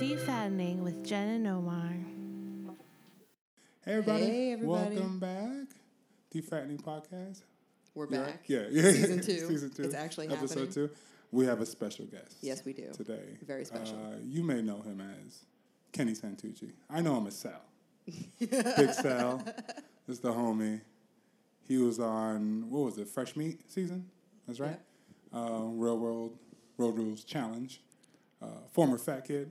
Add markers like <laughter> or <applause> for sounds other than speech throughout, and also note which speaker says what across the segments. Speaker 1: Morning with Jen and Omar.
Speaker 2: Hey everybody.
Speaker 3: Hey, everybody.
Speaker 2: Welcome back. Defratting Podcast.
Speaker 3: We're
Speaker 2: You all
Speaker 3: back.
Speaker 2: right? Yeah, <laughs> yeah.
Speaker 3: Season two.
Speaker 2: Season two.
Speaker 3: It's actually
Speaker 2: Episode
Speaker 3: happening.
Speaker 2: two. We have a special guest.
Speaker 3: Yes, we do.
Speaker 2: Today.
Speaker 3: Very special.
Speaker 2: Uh, you may know him as Kenny Santucci. I know him as Sal. Big
Speaker 3: <laughs>
Speaker 2: Sal. This is the homie. He was on what was it? Fresh Meat season. That's right. Uh, Real World Road Rules Challenge. Uh, former fat kid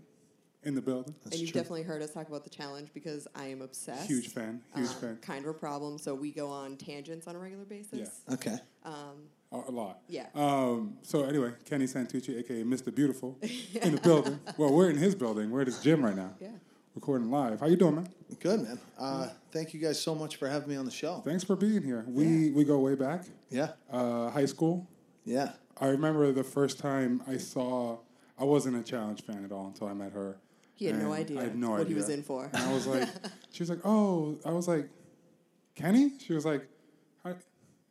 Speaker 2: in the building.
Speaker 3: and you've definitely heard us talk about the challenge because I am obsessed. Uh,
Speaker 2: Huge fan. Huge fan.
Speaker 3: Kind of a problem, so we go on tangents on a regular basis.
Speaker 2: Yeah.
Speaker 4: Okay.
Speaker 3: Um,
Speaker 2: A a lot.
Speaker 3: Yeah.
Speaker 2: Um, so anyway, Kenny Santucci, aka Mr. Beautiful, in the
Speaker 3: <laughs>
Speaker 2: building. Well, we're in his building. We're at his gym right now.
Speaker 3: Yeah.
Speaker 2: Recording live. How you doing, man?
Speaker 4: Good, man. Uh, thank you guys so much for having me on the show.
Speaker 2: Thanks for being here. We we go way back.
Speaker 4: Yeah.
Speaker 2: Uh, high school.
Speaker 4: Yeah.
Speaker 2: I remember the first time I saw. I wasn't a challenge fan at all until I met her.
Speaker 3: He had no
Speaker 2: And
Speaker 3: idea
Speaker 2: I had no
Speaker 3: what
Speaker 2: idea Uh,
Speaker 3: he was in for.
Speaker 2: And I was
Speaker 3: <laughs>
Speaker 2: like, she was like, oh, I was like, Kenny? She was like, "How-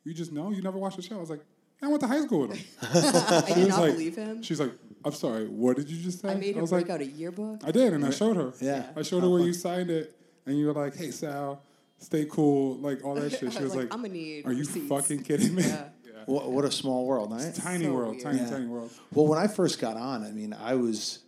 Speaker 2: you just know? You never watched the show? I was like, I went to high school with
Speaker 3: <laughs>
Speaker 2: him.
Speaker 3: I did
Speaker 2: was
Speaker 3: not
Speaker 2: like-
Speaker 3: believe him.
Speaker 2: She's like, I'm sorry, what did you just say?
Speaker 3: I made him
Speaker 2: was
Speaker 3: break
Speaker 2: like,
Speaker 3: out a yearbook.
Speaker 2: <laughs> I did, and I showed her.
Speaker 4: Yeah.
Speaker 2: I showed her where you signed it, and you were like, hey, Sal, stay cool, like
Speaker 3: <laughs>
Speaker 2: all that shit. She was like,
Speaker 3: Like, "I'ma need
Speaker 2: Are you
Speaker 3: receipts."
Speaker 2: fucking kidding me?
Speaker 3: Yeah.
Speaker 4: What, what a small world,
Speaker 2: <laughs>
Speaker 4: right?
Speaker 2: Tiny
Speaker 3: So
Speaker 2: world,
Speaker 3: weird.
Speaker 2: tiny,
Speaker 4: Yeah.
Speaker 2: tiny world.
Speaker 4: Well, when I first got on, I mean, I was,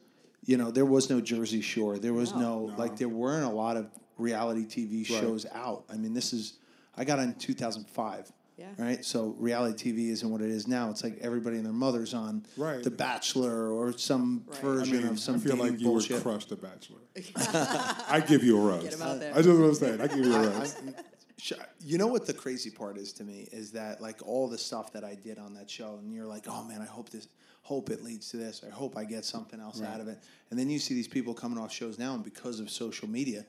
Speaker 4: you know, there was no Jersey Shore. There was no, like, there weren't a lot of reality TV shows out. I mean, this is, I got on in 2005.
Speaker 3: Yeah.
Speaker 4: Right. So reality TV isn't what it is now. It's like everybody and their mother's on
Speaker 2: Right.
Speaker 4: The Bachelor or some
Speaker 3: Right.
Speaker 2: I
Speaker 4: version
Speaker 2: mean, I
Speaker 4: of some
Speaker 2: feel like
Speaker 4: dating
Speaker 2: you
Speaker 4: bullshit.
Speaker 2: would crush The
Speaker 3: <laughs>
Speaker 2: Bachelor. I give you a rose.
Speaker 3: Get him out there.
Speaker 2: I just what I'm saying. I give
Speaker 3: <laughs>
Speaker 2: you a rose.
Speaker 4: Sh- You know what the crazy part is to me is that like all the stuff that I did on that show, and you're like, oh man, I hope this, hope it leads to this. I hope I get something else out of it. And then you see these people coming off shows now, and because of social media,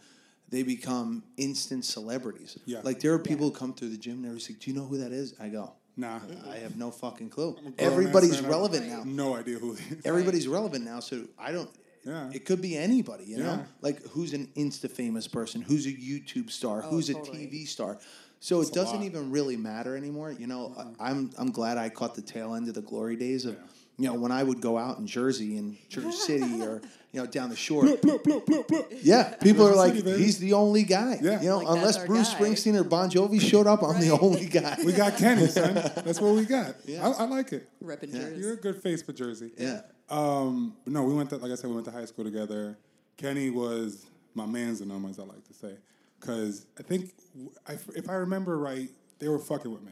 Speaker 4: they become instant celebrities.
Speaker 2: Yeah.
Speaker 4: Like there are people who come through the gym and they're just like, do you know who that is? I go,
Speaker 2: Nah.
Speaker 4: I have no fucking clue.
Speaker 2: Grown-ass
Speaker 4: Everybody's
Speaker 2: man, I-
Speaker 4: relevant now.
Speaker 2: No idea who he is.
Speaker 4: Everybody's relevant now, so I don't.
Speaker 2: Yeah.
Speaker 4: It could be anybody, you know.
Speaker 2: Yeah.
Speaker 4: Like who's an Insta famous person, who's a YouTube star,
Speaker 2: Oh,
Speaker 4: who's
Speaker 3: totally.
Speaker 4: a TV star. So it doesn't
Speaker 2: lot. Mm-hmm.
Speaker 4: even really matter anymore, you know. I, I'm I'm glad I caught the tail end of the glory days of, you know, when I would go out in Jersey and
Speaker 2: <laughs>
Speaker 4: Jersey City or you know down the shore. Yeah, people are
Speaker 2: Jersey
Speaker 4: like,
Speaker 2: City, baby.
Speaker 4: he's the only guy.
Speaker 2: Yeah.
Speaker 4: You know,
Speaker 3: Like, that's
Speaker 4: unless
Speaker 3: our
Speaker 4: Bruce
Speaker 3: guy.
Speaker 4: Springsteen or Bon Jovi showed up, I'm the
Speaker 3: Right.
Speaker 4: only guy.
Speaker 2: We got Kenny, son. That's what we
Speaker 3: <laughs>
Speaker 2: got.
Speaker 4: Yeah.
Speaker 2: I, I like it.
Speaker 3: Reppin'
Speaker 2: You're a
Speaker 3: Jersey.
Speaker 2: good face for Jersey.
Speaker 4: yeah.
Speaker 2: Um, no, we went to like I said, we went to high school together. Kenny was my man's and them, as I like to say, because I think I, if I remember right, they were fucking with me.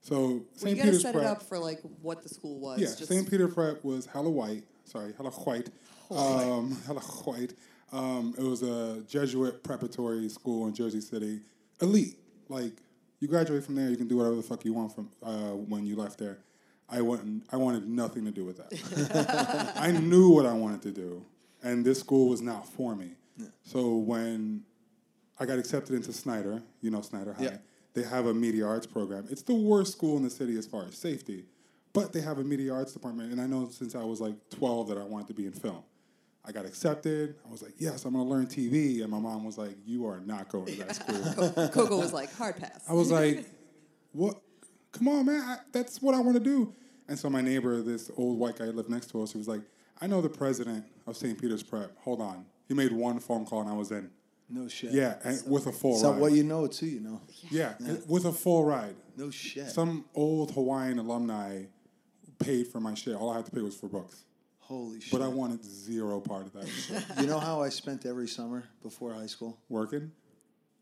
Speaker 2: So
Speaker 3: Well, you
Speaker 2: St.
Speaker 3: gotta
Speaker 2: Peter's
Speaker 3: set
Speaker 2: Prep,
Speaker 3: it up for like what the school was.
Speaker 2: yeah,
Speaker 3: just
Speaker 2: St. Peter Prep was hella white. Sorry, hella white. Um, <laughs> hella white. Um, it was a Jesuit preparatory school in Jersey City, elite. Like you graduate from there, you can do whatever the fuck you want from uh, when you left there. I went. I wanted nothing to do with that.
Speaker 3: <laughs>
Speaker 2: I knew what I wanted to do, and this school was not for me. So when I got accepted into Snyder, you know Snyder High.
Speaker 4: Yeah.
Speaker 2: They have a media arts program. It's the worst school in the city as far as safety, but they have a media arts department. And I know since I was like 12 that I wanted to be in film. I got accepted. I was like, yes, I'm going to learn TV. And my mom was like, you are not going to that
Speaker 4: <laughs>
Speaker 2: school.
Speaker 3: <laughs> Coco was like hard pass.
Speaker 2: <laughs> I was like, what? Come on, man. I, that's what I want to do. And so my neighbor, this old white guy who lived next to us, he was like, I know the president of St. Peter's Prep. Hold on. He made one phone call and I was in.
Speaker 4: No shit.
Speaker 2: Yeah, and with a full
Speaker 4: It's not
Speaker 2: ride.
Speaker 4: what you know, it's who you know.
Speaker 2: Yeah, it was a full ride.
Speaker 4: No shit.
Speaker 2: Some old Hawaiian alumni paid for my shit. All I had to pay was for books.
Speaker 4: Holy shit.
Speaker 2: But I wanted zero part of
Speaker 4: <laughs>
Speaker 2: that shit.
Speaker 4: You know how I spent every summer before high school?
Speaker 2: Working?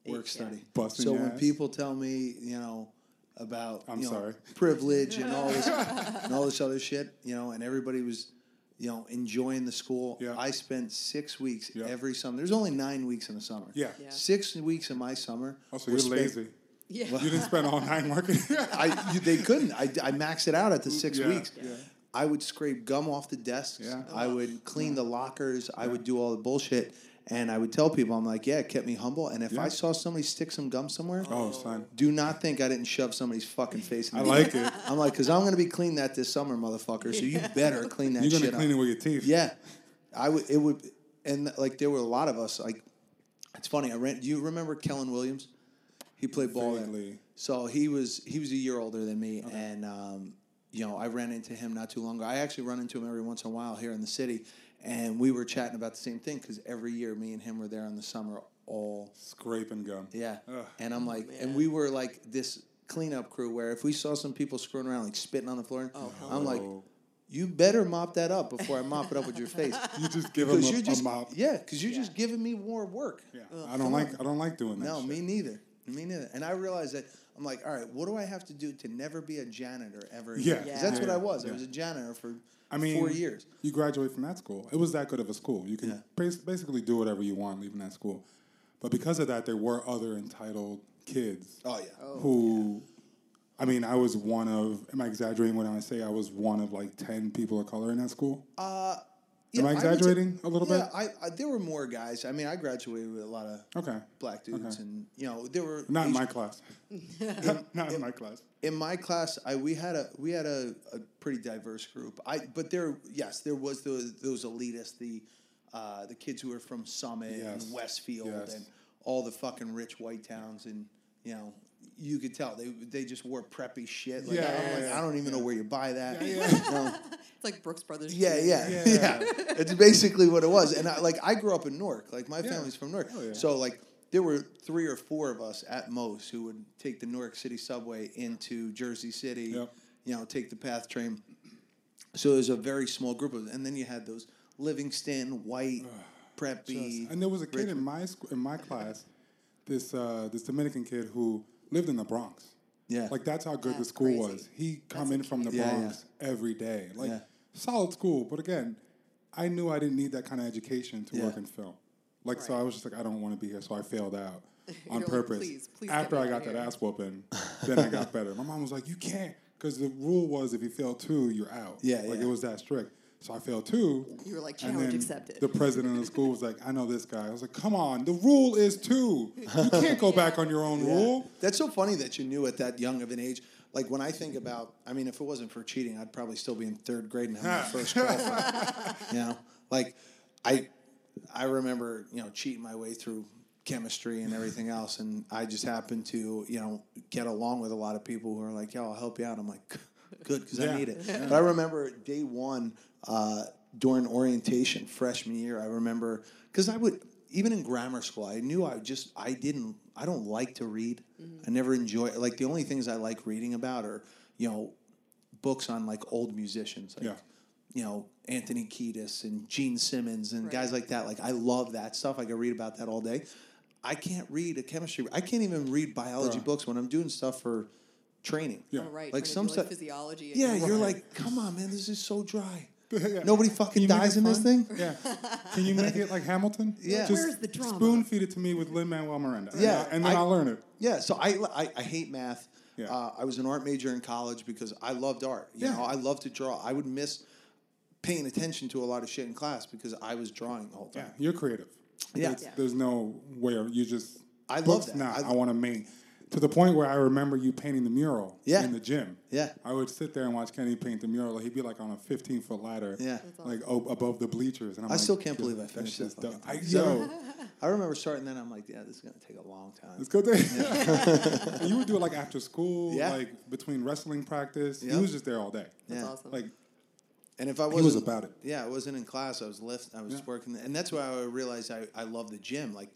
Speaker 4: Work study.
Speaker 2: Busting
Speaker 4: so
Speaker 2: your
Speaker 4: when
Speaker 2: ass.
Speaker 4: people tell me, you know, about
Speaker 2: I'm
Speaker 4: you know,
Speaker 2: sorry.
Speaker 4: privilege and all <laughs> this and all this other shit, you know, and everybody was, you know, enjoying the school.
Speaker 2: Yeah.
Speaker 4: I spent six weeks
Speaker 2: Yeah.
Speaker 4: every summer. There's only nine weeks in the summer.
Speaker 2: Yeah.
Speaker 3: Yeah.
Speaker 4: Six weeks in my summer.
Speaker 2: Also,
Speaker 4: were
Speaker 2: you're
Speaker 4: spent-
Speaker 2: lazy.
Speaker 3: yeah.
Speaker 2: You didn't spend all nine working. <laughs> Oh,
Speaker 4: I you, they couldn't. I, I maxed it out at the six
Speaker 2: Mm, Yeah,
Speaker 4: weeks.
Speaker 2: yeah.
Speaker 4: I would scrape gum off the desks.
Speaker 2: Yeah.
Speaker 4: I would clean the lockers. I would do all the bullshit. And I would tell people, I'm like, yeah, it kept me humble. And if
Speaker 2: Yeah.
Speaker 4: I saw somebody stick some gum somewhere,
Speaker 2: oh,
Speaker 4: <laughs>
Speaker 2: son.
Speaker 4: do not think I didn't shove somebody's fucking face in
Speaker 2: I
Speaker 4: the
Speaker 2: like it.
Speaker 4: <laughs> I'm like, because I'm going to be clean that this summer, motherfucker. So you better clean that
Speaker 2: You're going
Speaker 4: shit
Speaker 2: to clean
Speaker 4: up.
Speaker 2: it with your teeth.
Speaker 4: Yeah, I would. It would, and like there were a lot of us. Like, it's funny. I ran. Do you remember Kellen Williams? He played ball. then.
Speaker 2: Vaguely.
Speaker 4: So he was he was a year older than me, and um, you know I ran into him not too long ago. I actually run into him every once in a while here in the city, and we were chatting about the same thing because every year me and him were there in the summer all
Speaker 2: Scraping gum.
Speaker 4: yeah.
Speaker 2: Ugh.
Speaker 4: And I'm like,
Speaker 3: man.
Speaker 4: and we were like this cleanup crew where if we saw some people screwing around, like spitting on the floor, I'm like,
Speaker 2: Oh.
Speaker 4: you better mop that up before I mop it up with your face.
Speaker 2: You just
Speaker 4: <laughs>
Speaker 2: give them
Speaker 4: Because
Speaker 2: a,
Speaker 4: you're just,
Speaker 2: a mop.
Speaker 4: yeah, because you're
Speaker 3: Yeah.
Speaker 4: just giving me more work.
Speaker 2: Yeah. I don't
Speaker 4: come
Speaker 2: like
Speaker 4: on.
Speaker 2: I don't like doing that.
Speaker 4: No,
Speaker 2: shit.
Speaker 4: me neither. Me neither. And I realized that I'm like, all right, what do I have to do to never be a janitor ever? again?
Speaker 2: Yeah.
Speaker 4: 'Cause
Speaker 3: Yeah.
Speaker 4: that's what
Speaker 2: Yeah.
Speaker 4: I was.
Speaker 2: Yeah.
Speaker 4: I was a janitor for
Speaker 2: I mean,
Speaker 4: four years.
Speaker 2: You graduate from that school. It was that good of a school. You can
Speaker 4: Yeah.
Speaker 2: bas- basically do whatever you want leaving that school. But because of that, there were other entitled kids
Speaker 4: Oh yeah.
Speaker 2: who, I mean, I was one of. Am I exaggerating when I say I was one of like ten people of color in that school?
Speaker 4: Uh,
Speaker 2: Am I
Speaker 4: would say-
Speaker 2: exaggerating a little
Speaker 4: yeah,
Speaker 2: bit?
Speaker 4: I, I there were more guys. I mean, I graduated with a lot of
Speaker 2: Okay,
Speaker 4: black dudes,
Speaker 2: Okay.
Speaker 4: and you know, there were
Speaker 2: not in
Speaker 4: Asian-
Speaker 2: my
Speaker 4: <laughs>
Speaker 2: class. <laughs> Not in my class.
Speaker 4: in my class, I we had a we had a, a pretty diverse group. I but there yes, there was those those elitists, the uh, the kids who were from Summit
Speaker 2: Yes.
Speaker 4: and Westfield
Speaker 2: Yes.
Speaker 4: and all the fucking rich white towns and you know you could tell they they just wore preppy shit. Like, I'm like
Speaker 2: Yeah.
Speaker 4: I don't even know where you buy that.
Speaker 2: Yeah, yeah. <laughs>
Speaker 4: You know?
Speaker 3: It's like Brooks Brothers.
Speaker 4: Yeah,
Speaker 3: cheese.
Speaker 4: yeah,
Speaker 2: Yeah.
Speaker 4: yeah. It's basically what it was. And I, like I grew up in Newark. Like my
Speaker 2: Yeah.
Speaker 4: family's from Newark.
Speaker 2: Oh, yeah.
Speaker 4: So like there were three or four of us at most who would take the Newark City subway into Jersey City.
Speaker 2: Yep.
Speaker 4: You know, take the PATH train. So it was a very small group of, and then you had those Livingston white preppy.
Speaker 2: And there was a kid in my sc- in my class, this uh, this Dominican kid who lived in the Bronx.
Speaker 4: yeah,
Speaker 2: Like that's how good the
Speaker 3: That's
Speaker 2: school
Speaker 3: crazy.
Speaker 2: was. He come in
Speaker 3: That's
Speaker 2: from the
Speaker 4: Yeah, yeah.
Speaker 2: Bronx every day. Like
Speaker 4: Yeah.
Speaker 2: solid school, but again, I knew I didn't need that kind of education to work
Speaker 4: Yeah.
Speaker 2: in film. Like so,
Speaker 3: Right.
Speaker 2: I was just like, I don't want to be here, so I failed out
Speaker 3: <laughs> You're
Speaker 2: on
Speaker 3: like,
Speaker 2: purpose.
Speaker 3: "Please, please get
Speaker 2: After
Speaker 3: me
Speaker 2: I
Speaker 3: out
Speaker 2: got
Speaker 3: of
Speaker 2: that
Speaker 3: here."
Speaker 2: ass
Speaker 3: <laughs>
Speaker 2: whooping, then I got better. My mom was like, you can't, because the rule was if you fail two, you're out.
Speaker 4: Yeah,
Speaker 2: like
Speaker 4: yeah.
Speaker 2: it was that strict. So I failed two.
Speaker 3: You were like,
Speaker 2: and
Speaker 3: challenge
Speaker 2: then
Speaker 3: accepted.
Speaker 2: The president of the school was like, I know this guy. I was like, come on, the rule is two.
Speaker 3: <laughs>
Speaker 2: You can't go back on your own
Speaker 4: Yeah.
Speaker 2: rule.
Speaker 4: That's so funny that you knew at that young of an age. Like when I think about, I mean, if it wasn't for cheating, I'd probably still be in third grade and have
Speaker 2: Ah.
Speaker 4: my first qualifier. you know, like I, I remember you know cheating my way through chemistry and everything else, and I just happened to you know get along with a lot of people who are like, "Yo, I'll help you out." I'm like, <laughs> "Good, because
Speaker 2: Yeah.
Speaker 4: I need it." But I remember day one uh, during orientation freshman year. I remember because I would even in grammar school, I knew I just I didn't I don't like to read. I never enjoy like the only things I like reading about are you know books on like old musicians, like
Speaker 2: Yeah.
Speaker 4: you know Anthony Kiedis and Gene Simmons and
Speaker 3: Right.
Speaker 4: guys like that. Like I love that stuff. I could read about that all day. I can't read a chemistry. I can't even read biology
Speaker 2: Bruh.
Speaker 4: books when I'm doing stuff for training.
Speaker 2: Yeah.
Speaker 3: Oh, right. trying
Speaker 4: Like
Speaker 3: to
Speaker 4: some
Speaker 3: do,
Speaker 4: stuff-
Speaker 3: physiology. and-
Speaker 4: Yeah, you're
Speaker 2: Right.
Speaker 4: like, come on, man, this is so dry.
Speaker 2: <laughs> Yeah.
Speaker 4: Nobody fucking
Speaker 2: Can you make
Speaker 4: dies
Speaker 2: it
Speaker 4: in this
Speaker 2: fun? <laughs>
Speaker 4: thing.
Speaker 2: Yeah. Can you make it like Hamilton?
Speaker 4: <laughs> Yeah.
Speaker 2: Just
Speaker 3: Where's the drama?
Speaker 2: Spoon feed it to me with Lin Manuel Miranda.
Speaker 4: Yeah,
Speaker 2: And then
Speaker 4: I-
Speaker 2: I, will learn it.
Speaker 4: Yeah, so I, I, I hate math.
Speaker 2: Yeah.
Speaker 4: Uh, I was an art major in college because I loved art. You
Speaker 2: Yeah.
Speaker 4: know, I loved to draw. I would miss paying attention to a lot of shit in class because I was drawing the whole
Speaker 2: Yeah.
Speaker 4: time.
Speaker 2: You're creative.
Speaker 4: Yeah.
Speaker 2: There's,
Speaker 3: Yeah.
Speaker 2: there's no where you just.
Speaker 4: I love
Speaker 2: books
Speaker 4: that.
Speaker 2: Now
Speaker 4: I-
Speaker 2: I, want to make. To the point where I remember you painting the mural
Speaker 4: Yeah.
Speaker 2: in the gym.
Speaker 4: Yeah.
Speaker 2: I would sit there and watch Kenny paint the mural. He'd be like on a 15 foot ladder.
Speaker 4: Yeah. That's
Speaker 2: Like o- above the bleachers. And I'm
Speaker 4: I
Speaker 2: like,
Speaker 4: still can't
Speaker 2: "Dude,
Speaker 4: believe I
Speaker 2: that
Speaker 4: finished
Speaker 2: shit's
Speaker 4: that fucking
Speaker 2: dope." I, yo,
Speaker 4: thing. <laughs> I remember starting that. I'm like, yeah, this is gonna take a long time.
Speaker 2: It's good thing. <laughs> And you would do it like after school,
Speaker 4: Yeah.
Speaker 2: like between wrestling practice. You
Speaker 4: Yep.
Speaker 2: was just there all day.
Speaker 3: That's
Speaker 4: Yeah.
Speaker 3: awesome.
Speaker 2: Like
Speaker 4: And if I
Speaker 2: was
Speaker 4: wasn't,
Speaker 2: about it.
Speaker 4: Yeah, I wasn't in class. I was lift. I was working, and that's why I realized I, I love the gym. Like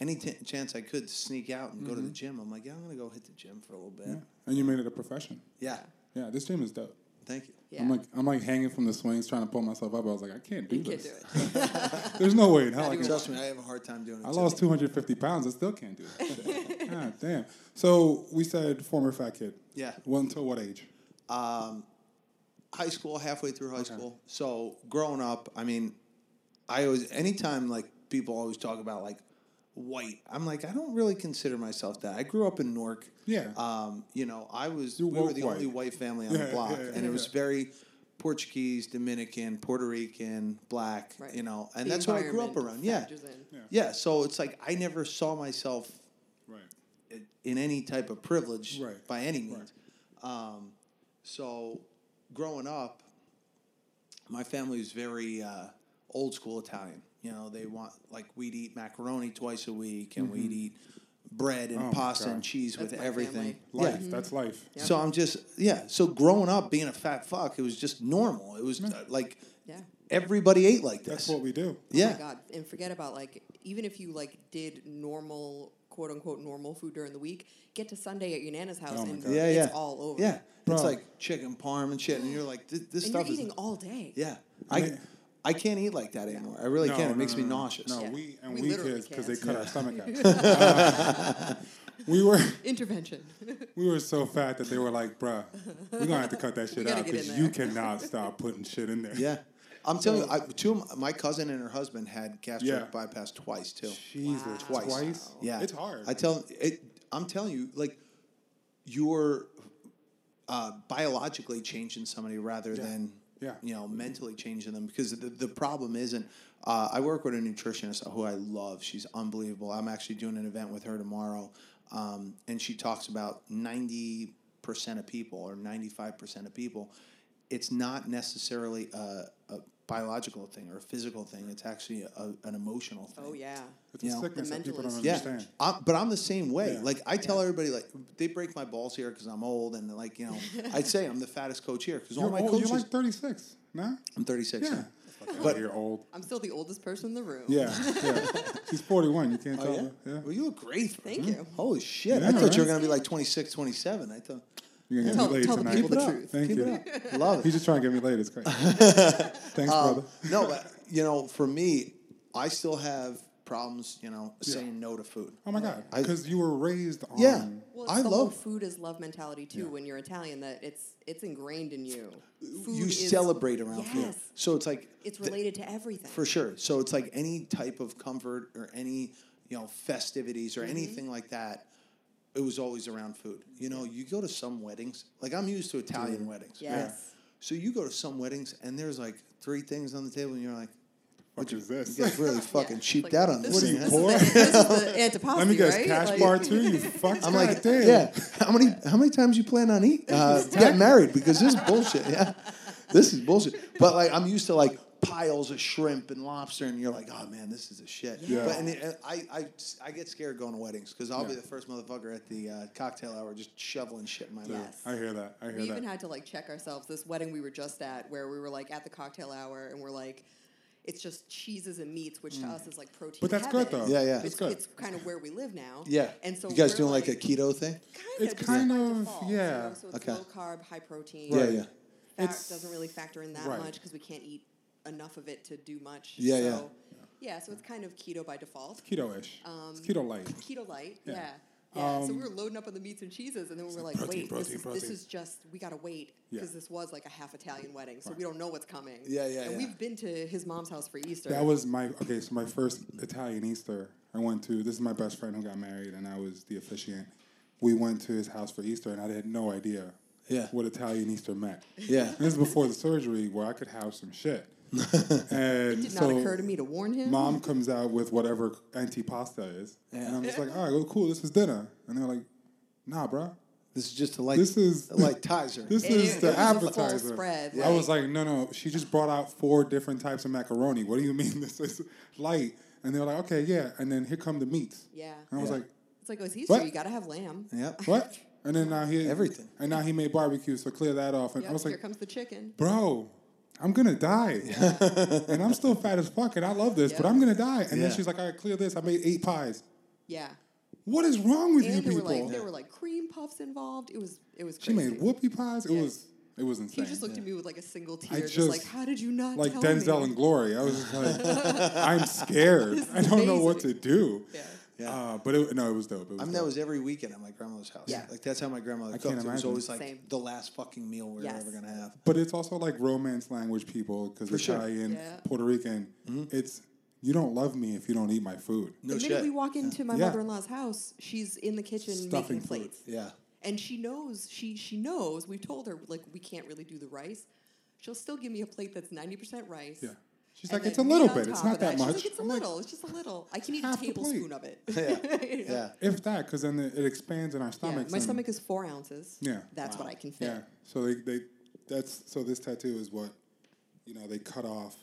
Speaker 4: any t- chance I could sneak out and go
Speaker 2: Mm-hmm.
Speaker 4: to the gym, I'm like, yeah, I'm gonna go hit the gym for a little bit. Yeah,
Speaker 2: and you made it a profession. Yeah, this gym is dope.
Speaker 4: thank you.
Speaker 3: yeah.
Speaker 2: I'm like I'm like hanging from the swings trying to pull myself up. I was like, I can't do
Speaker 3: you can't
Speaker 2: this.
Speaker 3: do
Speaker 2: <laughs>
Speaker 3: it.
Speaker 2: There's no
Speaker 3: <laughs>
Speaker 2: way in hell I
Speaker 3: even
Speaker 2: can.
Speaker 4: Trust me, I have a hard time doing it.
Speaker 2: I
Speaker 4: too.
Speaker 2: lost 250 pounds. I still can't do
Speaker 3: <laughs>
Speaker 2: it. God damn. So we said former fat kid.
Speaker 4: Yeah.
Speaker 2: Well, until what age?
Speaker 4: high school, halfway through high school. So growing up, I mean, I always anytime like people always talk about like white, I'm like, I don't really consider myself that. I grew up in Newark.
Speaker 2: Yeah.
Speaker 4: Um, you know, I was
Speaker 2: You're
Speaker 4: we were
Speaker 2: woke
Speaker 4: the
Speaker 2: white.
Speaker 4: only white family on
Speaker 2: Yeah,
Speaker 4: the block,
Speaker 2: yeah,
Speaker 4: and
Speaker 2: yeah.
Speaker 4: it was very Portuguese, Dominican, Puerto Rican, black.
Speaker 3: Right.
Speaker 4: You know, and
Speaker 3: The
Speaker 4: that's what I grew up
Speaker 3: environment
Speaker 4: around. Yeah.
Speaker 3: factors in.
Speaker 2: Yeah.
Speaker 4: Yeah. So it's like I never saw myself
Speaker 2: Right.
Speaker 4: in any type of privilege
Speaker 2: Right.
Speaker 4: by any means. Um, so, growing up, my family was very uh, old school Italian. You know, they want like we'd eat macaroni twice a week, and we'd eat bread and
Speaker 2: Mm-hmm. Oh my
Speaker 4: pasta
Speaker 2: God.
Speaker 4: and cheese
Speaker 3: That's
Speaker 4: with
Speaker 3: my
Speaker 4: everything.
Speaker 3: family.
Speaker 2: Life.
Speaker 4: Yeah.
Speaker 2: That's life.
Speaker 3: Yeah. Mm-hmm.
Speaker 4: So I'm just yeah. So growing up being a fat fuck, it was just normal. It was uh, like
Speaker 3: Yeah.
Speaker 4: Everybody ate like this.
Speaker 2: That's what we do.
Speaker 3: Oh
Speaker 4: yeah.
Speaker 3: my God. And forget about like even if you like did normal quote unquote normal food during the week, get to Sunday at your nana's house
Speaker 2: Oh my
Speaker 3: and
Speaker 2: God.
Speaker 4: Yeah,
Speaker 3: it's
Speaker 4: yeah.
Speaker 3: all over.
Speaker 4: Yeah.
Speaker 2: Bro.
Speaker 4: It's like chicken parm and shit. And you're like, this, this
Speaker 3: And
Speaker 4: stuff
Speaker 3: you're
Speaker 4: is.
Speaker 3: eating all day.
Speaker 4: Yeah. I,
Speaker 2: Man.
Speaker 4: I can't eat like that anymore. I really can't. It makes me nauseous.
Speaker 2: No,
Speaker 3: Yeah.
Speaker 2: we and
Speaker 3: We
Speaker 2: we,
Speaker 3: literally
Speaker 2: kids because they
Speaker 3: can't.
Speaker 2: cut our stomach
Speaker 3: <laughs>
Speaker 2: out. Uh, we were
Speaker 4: <laughs>
Speaker 3: Intervention.
Speaker 2: we were so fat that they were like, "Bruh, we're gonna have to cut that shit
Speaker 3: gotta
Speaker 2: out
Speaker 3: get in
Speaker 2: because you
Speaker 3: there."
Speaker 2: cannot stop putting shit in there."
Speaker 4: Yeah. I'm telling you, I, two of my, my cousin and her husband had gastric
Speaker 2: Yeah.
Speaker 4: bypass twice, too.
Speaker 2: Jesus,
Speaker 3: Wow.
Speaker 2: twice.
Speaker 4: Twice. Yeah,
Speaker 2: it's hard.
Speaker 4: I tell it. I'm telling you, like you're uh, biologically changing somebody rather than
Speaker 2: Yeah.
Speaker 4: you know mentally changing them because the the problem isn't. Uh, I work with a nutritionist who I love. She's unbelievable. I'm actually doing an event with her tomorrow, um, and she talks about ninety percent of people or ninety five percent of people. It's not necessarily a, a biological thing or a physical thing. It's actually a, an emotional thing.
Speaker 3: oh yeah.
Speaker 2: it's a
Speaker 4: you know,
Speaker 2: sickness
Speaker 3: the
Speaker 2: that people don't
Speaker 3: mental
Speaker 4: Yeah,
Speaker 2: understand.
Speaker 4: I'm, but I'm the same way.
Speaker 2: Yeah.
Speaker 4: Like I tell everybody, like they break my balls here because I'm old, and like you know, I'd say I'm the fattest coach here because all
Speaker 2: You're
Speaker 4: my
Speaker 2: old.
Speaker 4: coaches.
Speaker 2: You're like 36, nah?
Speaker 4: I'm 36.
Speaker 2: Yeah,
Speaker 4: now.
Speaker 2: but you're old.
Speaker 3: I'm still the oldest person in the room.
Speaker 2: Yeah, yeah. She's 41. You can't
Speaker 4: Oh,
Speaker 2: tell
Speaker 4: yeah?
Speaker 2: her. Yeah,
Speaker 4: Well, you look great. for-
Speaker 3: Thank you.
Speaker 4: Holy shit!
Speaker 2: Yeah,
Speaker 4: I thought you were
Speaker 2: right?
Speaker 4: gonna be like 26, 27. I thought.
Speaker 2: you're gonna get
Speaker 3: Tell-
Speaker 2: me laid
Speaker 3: tell the
Speaker 2: tonight.
Speaker 3: people the
Speaker 2: Keep it up.
Speaker 3: truth.
Speaker 2: Thank
Speaker 4: Keep
Speaker 2: you.
Speaker 4: it up. Um, Love it.
Speaker 2: He's just trying to get me laid. It's
Speaker 4: <laughs>
Speaker 2: great. Thanks, brother.
Speaker 4: no, but you know, for me, I still have problems. You know, saying no to food.
Speaker 2: Oh my god,
Speaker 4: I-
Speaker 2: because you were raised on.
Speaker 4: Yeah.
Speaker 3: Well, it's
Speaker 4: I
Speaker 3: the whole
Speaker 4: love.
Speaker 3: food is love mentality too. When you're Italian, that it's it's ingrained in you. Food
Speaker 4: you
Speaker 3: is-
Speaker 4: celebrate around food,
Speaker 3: Yes.
Speaker 4: so it's like
Speaker 3: It's
Speaker 4: th-
Speaker 3: related to everything.
Speaker 4: For sure. So it's like any type of comfort or any, you know, festivities
Speaker 3: Mm-hmm.
Speaker 4: or anything like that. It was always around food. You know, you go to some weddings. Like I'm used to Italian weddings. right?
Speaker 3: Yes.
Speaker 4: So you go to some weddings and there's like three things on the table and you're like,
Speaker 2: What is this?
Speaker 4: you guys really
Speaker 3: Yeah.
Speaker 4: fucking cheaped
Speaker 3: Like,
Speaker 4: out on
Speaker 3: this
Speaker 4: this
Speaker 3: is-
Speaker 4: thing.
Speaker 2: What are
Speaker 4: huh?"
Speaker 2: you,
Speaker 3: This is the, this is
Speaker 4: <laughs>
Speaker 3: the
Speaker 2: <laughs>
Speaker 3: antipasti,
Speaker 2: Let me guess,
Speaker 3: right?
Speaker 2: cash
Speaker 3: Like- <laughs>
Speaker 2: bar too. You fucking.
Speaker 4: I'm like,
Speaker 2: damn.
Speaker 4: yeah. How many? How many times you plan on eat? Uh, get married because this is bullshit. Yeah, this is bullshit. But like, I'm used to like piles of shrimp and lobster, and you're like, oh man, this is a shit.
Speaker 2: Yeah.
Speaker 4: But and, it- and I, I, I get scared going to weddings because I'll be
Speaker 2: Yeah.
Speaker 4: the first motherfucker at the uh, cocktail hour just shoveling shit in my
Speaker 3: Yeah.
Speaker 4: mouth.
Speaker 2: I hear that. I hear
Speaker 3: We
Speaker 2: that.
Speaker 3: even had to like check ourselves. This wedding we were just at, where we were like at the cocktail hour, and we're like, it's just cheeses and meats, which to
Speaker 4: Mm.
Speaker 3: us is like protein.
Speaker 2: But that's
Speaker 3: heaven.
Speaker 2: good, though.
Speaker 4: Yeah, yeah.
Speaker 3: It's,
Speaker 2: That's good.
Speaker 3: it's kind of where we live now.
Speaker 4: Yeah.
Speaker 3: And so
Speaker 4: you guys
Speaker 3: we're,
Speaker 4: doing like, a keto thing?
Speaker 3: kinda
Speaker 2: It's
Speaker 3: just
Speaker 2: kind
Speaker 3: by
Speaker 2: of-
Speaker 3: default, you
Speaker 2: yeah.
Speaker 3: know, So it's
Speaker 4: Okay.
Speaker 3: low carb, high protein.
Speaker 4: Yeah, yeah.
Speaker 3: Fat
Speaker 2: It's-
Speaker 3: doesn't really factor in that
Speaker 2: right.
Speaker 3: much because we can't eat enough of it to do much.
Speaker 4: Yeah, yeah.
Speaker 3: so, yeah. So it's kind of keto by default.
Speaker 2: keto-ish.
Speaker 3: um,
Speaker 2: it's keto light.
Speaker 3: keto light.
Speaker 2: Yeah. Um,
Speaker 3: Yeah. Yeah. so we were loading up on the meats and cheeses, and then we were like,
Speaker 2: protein,
Speaker 3: wait,
Speaker 2: protein,
Speaker 3: this, is,
Speaker 2: protein."
Speaker 3: this is just, we got to wait
Speaker 2: Yeah.
Speaker 3: because this was like a half Italian wedding, so we don't know what's coming.
Speaker 4: Yeah, yeah,
Speaker 3: And
Speaker 4: yeah.
Speaker 3: we've been to his mom's house for Easter.
Speaker 2: That was my okay. So my first Italian Easter, I went to. This is my best friend who got married, and I was the officiant. We went to his house for Easter, and I had no idea
Speaker 4: Yeah.
Speaker 2: what Italian Easter meant.
Speaker 4: Yeah.
Speaker 2: This is before the surgery, where I could have some
Speaker 3: <laughs>
Speaker 2: shit. and
Speaker 3: Did
Speaker 2: so
Speaker 3: not occur to me to warn him.
Speaker 2: mom comes out with whatever antipasta is, and I'm just like, all right, well, cool. This is dinner, and they're like, nah, bruh.
Speaker 4: <laughs> This is just a light.
Speaker 2: This is
Speaker 4: like Tizer.
Speaker 2: This
Speaker 3: It-
Speaker 2: is
Speaker 3: it
Speaker 2: the
Speaker 3: was a full
Speaker 2: appetizer.
Speaker 3: spread,
Speaker 2: I
Speaker 3: like-
Speaker 2: was like, no, no. She just brought out four different types of macaroni. What do you mean <laughs> this is light? And they were like, okay, yeah. And then here come the meats.
Speaker 3: Yeah.
Speaker 2: And I was
Speaker 4: Yeah.
Speaker 2: like,
Speaker 3: It's like, oh, it's Easter.
Speaker 2: What?
Speaker 3: You got to have lamb.
Speaker 4: Yep.
Speaker 2: what? And then now he
Speaker 4: Everything.
Speaker 2: And now he made barbecue, so clear that off. And
Speaker 3: Yep,
Speaker 2: I was
Speaker 3: here
Speaker 2: like,
Speaker 3: comes the chicken.
Speaker 2: bro, I'm gonna die, <laughs> and I'm still fat as fuck, and I love this, but
Speaker 3: Yeah.
Speaker 2: I'm gonna die. And then
Speaker 4: Yeah.
Speaker 2: she's like, all right, clear this. I made eight pies.
Speaker 3: Yeah.
Speaker 2: What is wrong with you
Speaker 3: And there were
Speaker 2: people?
Speaker 3: like there were like cream puffs involved. It was it was
Speaker 2: she
Speaker 3: crazy.
Speaker 2: made whoopie pies. It
Speaker 3: Yeah.
Speaker 2: was it was
Speaker 3: He
Speaker 2: insane.
Speaker 3: just looked at me with like a single tear, just,
Speaker 2: just-
Speaker 3: like, how did you not
Speaker 2: like
Speaker 3: tell
Speaker 2: Denzel
Speaker 3: me?
Speaker 2: and Glory. I was just
Speaker 3: <laughs>
Speaker 2: like, I'm scared. I don't know what to
Speaker 3: amazing.
Speaker 2: do.
Speaker 3: Yeah.
Speaker 4: Yeah.
Speaker 2: Uh, but it, no, it was dope. It was
Speaker 4: I mean, that
Speaker 2: dope.
Speaker 4: was every weekend at my grandmother's house.
Speaker 3: Yeah.
Speaker 4: Like, that's how my grandmother
Speaker 2: I
Speaker 4: cooked.
Speaker 2: can't
Speaker 4: It was
Speaker 2: imagine.
Speaker 4: always like
Speaker 3: Same.
Speaker 4: the last fucking meal we were
Speaker 3: Yes.
Speaker 4: ever going to have.
Speaker 2: but it's also like romance language people because
Speaker 4: sure. Mm-hmm.
Speaker 2: Italian,
Speaker 3: Yeah.
Speaker 2: Puerto Rican. It's you don't love me if you don't eat my food.
Speaker 4: No
Speaker 3: the minute
Speaker 4: shit.
Speaker 3: we walk into my
Speaker 2: Yeah.
Speaker 3: mother-in-law's house, she's in the kitchen
Speaker 2: Stuffing
Speaker 3: making
Speaker 2: food.
Speaker 3: plates.
Speaker 4: Yeah.
Speaker 3: and she knows she she knows we've told her like we can't really do the rice she'll still give me a plate that's 90% rice
Speaker 2: Yeah. She's
Speaker 3: and
Speaker 2: like, it's a
Speaker 3: then
Speaker 2: little
Speaker 3: meat on
Speaker 2: bit. It's
Speaker 3: top
Speaker 2: not
Speaker 3: of
Speaker 2: that
Speaker 3: She's
Speaker 2: much.
Speaker 3: like, it's a
Speaker 2: I'm like,
Speaker 3: little it's just a little i can eat a
Speaker 2: half a plate.
Speaker 3: tablespoon of it <laughs> You know?
Speaker 4: Yeah.
Speaker 2: if that, because then it, it expands in our
Speaker 3: Yeah,
Speaker 2: stomachs.
Speaker 3: my
Speaker 2: and-
Speaker 3: stomach is four ounces
Speaker 2: Yeah.
Speaker 3: that's what i can fit
Speaker 2: Yeah. So they, they that's so this tattoo is what you know they cut off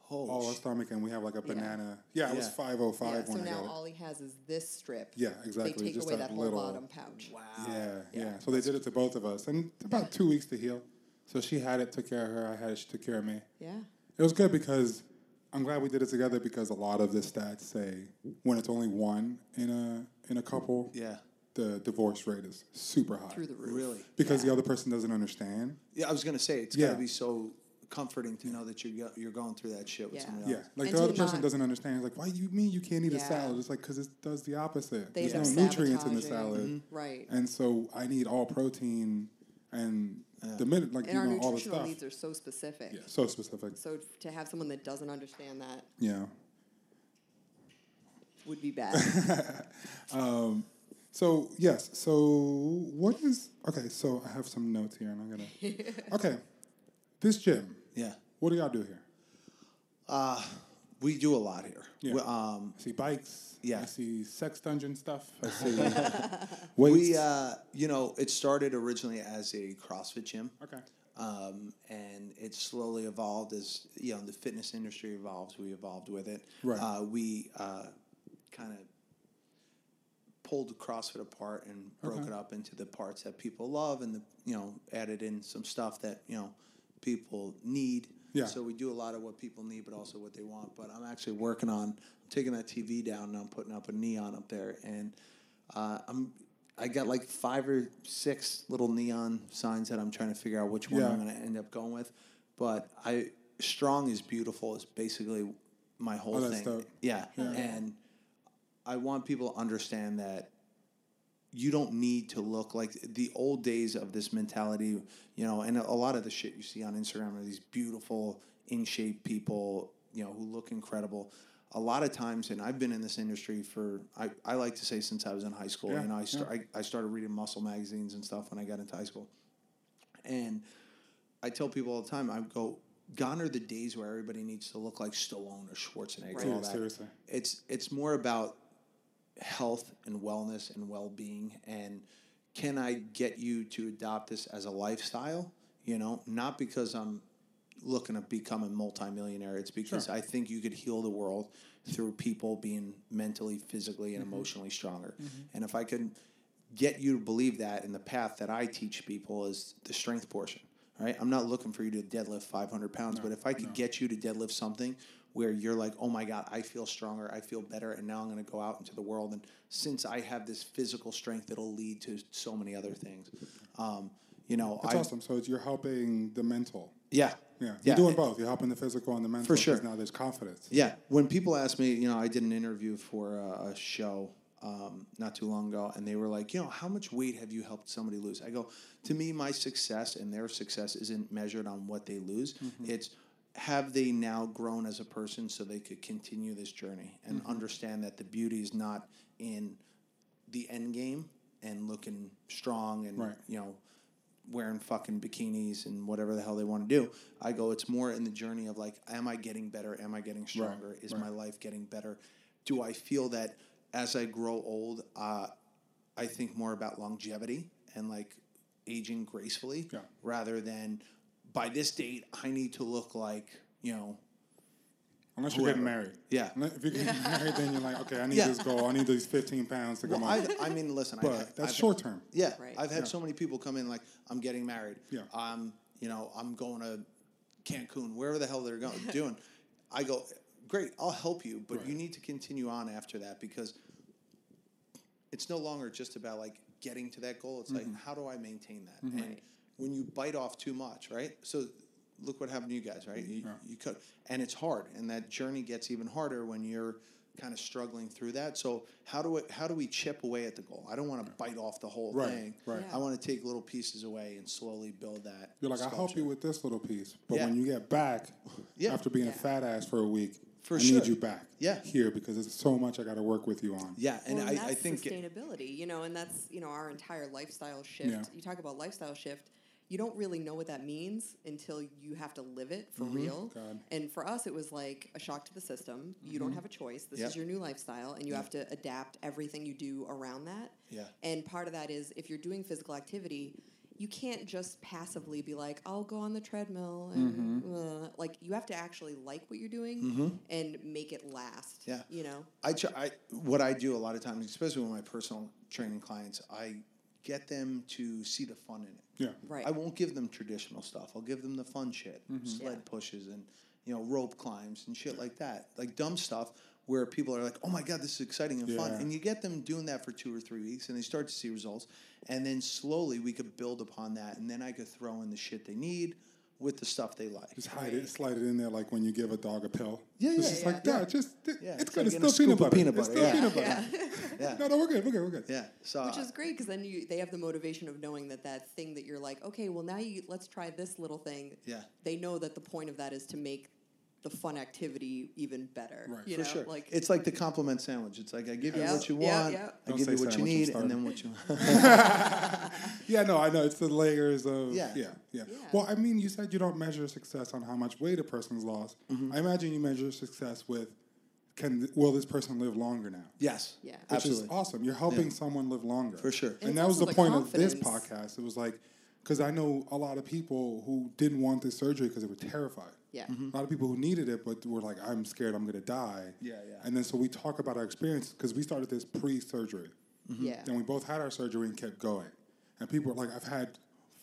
Speaker 4: Holy
Speaker 2: all our
Speaker 4: shit.
Speaker 2: stomach and we have like a banana. Yeah, I was
Speaker 4: Yeah.
Speaker 2: five oh five
Speaker 3: so
Speaker 2: when I
Speaker 3: now
Speaker 2: got it.
Speaker 3: all he has is this strip
Speaker 2: Yeah, exactly.
Speaker 3: they take
Speaker 2: Just
Speaker 3: away
Speaker 2: that
Speaker 3: that, whole
Speaker 2: little-
Speaker 3: bottom pouch wow
Speaker 2: Yeah, yeah. So they did it to both of us, and it took about two weeks to heal. So she had it, took care of her. I had it, she took care of me.
Speaker 3: yeah
Speaker 2: It was good because I'm glad we did it together because a lot of the stats say when it's only one in a in a couple,
Speaker 4: Yeah.
Speaker 2: the divorce rate is super high
Speaker 3: through the roof.
Speaker 4: Really?
Speaker 2: because the other person doesn't understand.
Speaker 4: Yeah, I was gonna say it's
Speaker 2: Yeah.
Speaker 4: gotta be so comforting to know that you're go- you're going through that shit with
Speaker 3: Yeah.
Speaker 4: somebody
Speaker 2: Yeah,
Speaker 4: else.
Speaker 2: like
Speaker 3: And
Speaker 2: the
Speaker 3: to
Speaker 2: other person
Speaker 3: not-
Speaker 2: doesn't understand. It's like, why do you mean you can't eat a
Speaker 3: Yeah.
Speaker 2: salad? It's like because it does the opposite.
Speaker 3: They end
Speaker 2: There's
Speaker 3: up
Speaker 2: no nutrients in the
Speaker 3: sabotaging. Mm-hmm.
Speaker 2: salad,
Speaker 3: Right.
Speaker 2: and so I need all protein and the minute like
Speaker 3: And
Speaker 2: you
Speaker 3: our
Speaker 2: know all the
Speaker 3: nutritional
Speaker 2: stuff.
Speaker 3: needs are so specific.
Speaker 2: yeah, so specific.
Speaker 3: So f- to have someone that doesn't understand that
Speaker 2: Yeah.
Speaker 3: would
Speaker 2: <laughs>
Speaker 3: be bad.
Speaker 2: So yes. So what is okay? So I have some notes here, and I'm gonna. okay, this gym.
Speaker 4: Yeah.
Speaker 2: What do y'all do here?
Speaker 4: Uh, we do a lot here.
Speaker 2: Yeah.
Speaker 4: We, um,
Speaker 2: I see bikes.
Speaker 4: Yeah.
Speaker 2: I see sex dungeon stuff.
Speaker 4: <laughs>
Speaker 2: I see weights.
Speaker 4: we uh, you know, it started originally as a CrossFit gym.
Speaker 2: okay.
Speaker 4: um, and it slowly evolved as you know the fitness industry evolves. We evolved with it.
Speaker 2: Right.
Speaker 4: Uh, we uh, kind of pulled CrossFit apart and broke it up into the parts that people love, and the you know added in some stuff that you know people need.
Speaker 2: Yeah.
Speaker 4: So we do a lot of what people need, but also what they want. But I'm actually working on taking that TV down and I'm putting up a neon up there, and uh, I'm. I got like five or six little neon signs that I'm trying to figure out which one
Speaker 2: Yeah.
Speaker 4: I'm going to end up going with. But I strong is beautiful is basically my whole
Speaker 2: Oh,
Speaker 4: thing.
Speaker 2: that's dope.
Speaker 4: Yeah. and I want people to understand that you don't need to look like the old days of this mentality, you know, and a lot of the shit you see on Instagram are these beautiful, in shape people, you know, who look incredible. A lot of times, and I've been in this industry for, I, I like to say since I was in high school,
Speaker 2: Yeah,
Speaker 4: you know, I, sta-
Speaker 2: yeah.
Speaker 4: I, I started reading muscle magazines and stuff when I got into high school. And I tell people all the time, I go, gone are the days where everybody needs to look like Stallone or Schwarzenegger. and all
Speaker 2: Yeah,
Speaker 4: that.
Speaker 2: seriously.
Speaker 4: It's it's more about health and wellness and well being and can I get you to adopt this as a lifestyle? You know, not because I'm looking to become a multimillionaire. It's because I think you could heal the world through people being mentally, physically,
Speaker 2: Mm-hmm.
Speaker 4: and emotionally stronger. And if I can get you to believe that in the path that I teach people is the strength portion. Right? I'm not looking for you to deadlift 500 pounds, but if I could get you to deadlift something where you're like, oh my God, I feel stronger, I feel better, and now I'm going to go out into the world. And since I have this physical strength, it'll lead to so many other things. Um, you know,
Speaker 2: That's
Speaker 4: I,
Speaker 2: awesome. So it's, you're helping the mental.
Speaker 4: yeah,
Speaker 2: Yeah,
Speaker 4: Yeah.
Speaker 2: you're doing both. You're helping the physical and the mental. 'cause
Speaker 4: sure.
Speaker 2: Now there's confidence.
Speaker 4: Yeah, when people ask me, you know, I did an interview for a, a show um, not too long ago, and they were like, you know, how much weight have you helped somebody lose? I go, to me, my success and their success isn't measured on what they lose. It's have they now grown as a person so they could continue this journey and understand that the beauty is not in the end game and looking strong and
Speaker 2: Right.
Speaker 4: you know wearing fucking bikinis and whatever the hell they want to do. I go, it's more in the journey of like, am I getting better? Am I getting stronger? Is my life getting better? Do I feel that as I grow old, uh, I think more about longevity and like aging gracefully
Speaker 2: Yeah.
Speaker 4: rather than by this date I need to look like you know
Speaker 2: Unless you're getting
Speaker 4: Whoever.
Speaker 2: married.
Speaker 4: Yeah.
Speaker 2: Unless- If you're getting married, then you're like, okay, I need
Speaker 4: Yeah.
Speaker 2: this goal. I need these 15 pounds to come
Speaker 4: well,
Speaker 2: on.
Speaker 4: I, I mean listen
Speaker 2: but
Speaker 4: I,
Speaker 2: that's
Speaker 4: I've-
Speaker 2: short term.
Speaker 4: Yeah,
Speaker 3: Right.
Speaker 4: I've had so many people come in like, I'm getting married.
Speaker 2: Yeah.
Speaker 4: I'm, you know, I'm going to Cancun, wherever the hell they're going doing. I go, great, I'll help you, but you need to continue on after that because it's no longer just about like getting to that goal. It's
Speaker 2: Mm-hmm.
Speaker 4: like, how do I maintain that? And when you bite off too much, right? So look what happened to you guys, right? You, you could, and it's hard, and that journey gets even harder when you're kind of struggling through that. So how do it, how do we chip away at the goal? I don't want to bite off the whole
Speaker 2: Right,
Speaker 4: thing.
Speaker 2: right.
Speaker 3: Yeah.
Speaker 4: I want to take little pieces away and slowly build that.
Speaker 2: You're like, I help
Speaker 4: sculpture.
Speaker 2: you with this little piece, but
Speaker 4: Yeah.
Speaker 2: when you get back,
Speaker 4: Yeah.
Speaker 2: after being a
Speaker 3: Yeah.
Speaker 2: fat ass for a week,
Speaker 4: For
Speaker 2: I
Speaker 4: sure.
Speaker 2: need you back.
Speaker 4: Yeah.
Speaker 2: Here because there's so much I got to work with you on.
Speaker 4: Yeah, and
Speaker 3: Well,
Speaker 4: I,
Speaker 3: that's
Speaker 4: I think it-
Speaker 3: sustainability, you know, and that's you know our entire lifestyle shift.
Speaker 2: Yeah.
Speaker 3: You talk about lifestyle shift. You don't really know what that means until you have to live it for real.
Speaker 2: Mm-hmm. God. Mm-hmm.
Speaker 3: And for us, it was like a shock to the system. You don't have a choice. This
Speaker 4: Yep.
Speaker 3: is your new lifestyle, and you have to adapt everything you do around that.
Speaker 4: Yeah.
Speaker 3: And part of that is if you're doing physical activity, you can't just passively be like, I'll go on the treadmill. And,
Speaker 4: Mm-hmm.
Speaker 3: uh, like, you have to actually like what you're doing and make it last.
Speaker 4: Yeah.
Speaker 3: You know?
Speaker 4: I, try, I what I do a lot of times, especially with my personal training clients, I get them to see the fun in it.
Speaker 2: Yeah.
Speaker 3: Right. Mm-hmm.
Speaker 4: I won't give them traditional stuff. I'll give them the fun shit, sled pushes, and you know, rope climbs and shit like that, like dumb stuff where people are like, "Oh my god, this is exciting and fun,"
Speaker 2: Yeah.
Speaker 4: and you get them doing that for two or three weeks, and they start to see results, and then slowly we could build upon that, and then I could throw in the shit they need with the stuff they like.
Speaker 2: Just hide it, slide it in there like when you give a dog a pill.
Speaker 4: Yeah,
Speaker 2: It's
Speaker 4: yeah,
Speaker 2: just
Speaker 4: yeah,
Speaker 2: like
Speaker 4: yeah.
Speaker 2: that. Just it-
Speaker 4: Yeah,
Speaker 2: it's,
Speaker 4: it's
Speaker 2: good.
Speaker 4: like
Speaker 2: It's
Speaker 4: in a
Speaker 2: still peanut
Speaker 4: scoop of
Speaker 2: butter.
Speaker 4: peanut
Speaker 2: It's
Speaker 4: butter,
Speaker 2: still
Speaker 4: yeah.
Speaker 2: peanut butter.
Speaker 3: <laughs> Yeah.
Speaker 4: Yeah,
Speaker 2: No, no, we're good. We're good. We're good.
Speaker 4: yeah. So
Speaker 3: Which is great because then you they have the motivation of knowing that that thing that you're like, okay, well now you let's try this little thing.
Speaker 4: Yeah.
Speaker 3: They know that the point of that is to make the fun activity even better.
Speaker 2: Right.
Speaker 3: You
Speaker 4: for
Speaker 3: know,
Speaker 4: sure.
Speaker 3: like
Speaker 4: it's like the compliment sandwich. It's like I give you
Speaker 3: Yeah.
Speaker 4: what you
Speaker 3: Yeah,
Speaker 4: want,
Speaker 3: yeah.
Speaker 4: I
Speaker 2: Don't
Speaker 4: give
Speaker 2: say
Speaker 4: you what you
Speaker 2: sandwich, I'm
Speaker 4: need,
Speaker 2: starving.
Speaker 4: and then what you.
Speaker 3: <laughs>
Speaker 4: <laughs>
Speaker 2: Yeah, no, I know. It's the layers of yeah.
Speaker 4: Yeah.
Speaker 2: Yeah,
Speaker 3: Yeah.
Speaker 2: Well, I mean, you said you don't measure success on how much weight a person's lost.
Speaker 4: Mm-hmm.
Speaker 2: I imagine you measure success with can will this person live longer now?
Speaker 4: yes.
Speaker 3: Yeah.
Speaker 2: Which
Speaker 4: Absolutely.
Speaker 2: is awesome. You're helping someone live longer.
Speaker 4: For sure.
Speaker 2: And,
Speaker 3: it's
Speaker 2: that was
Speaker 3: also
Speaker 2: the,
Speaker 3: the
Speaker 2: point of this
Speaker 3: confidence.
Speaker 2: podcast. It was like because I know a lot of people who didn't want this surgery because they were terrified.
Speaker 3: Yeah.
Speaker 4: Mm-hmm,
Speaker 2: A lot of people who needed it but were like, I'm scared I'm gonna die.
Speaker 4: Yeah, yeah.
Speaker 2: And then so we talk about our experience because we started this pre surgery.
Speaker 4: mm-hmm.
Speaker 3: yeah.
Speaker 2: And we both had our surgery and kept going. And people like I've had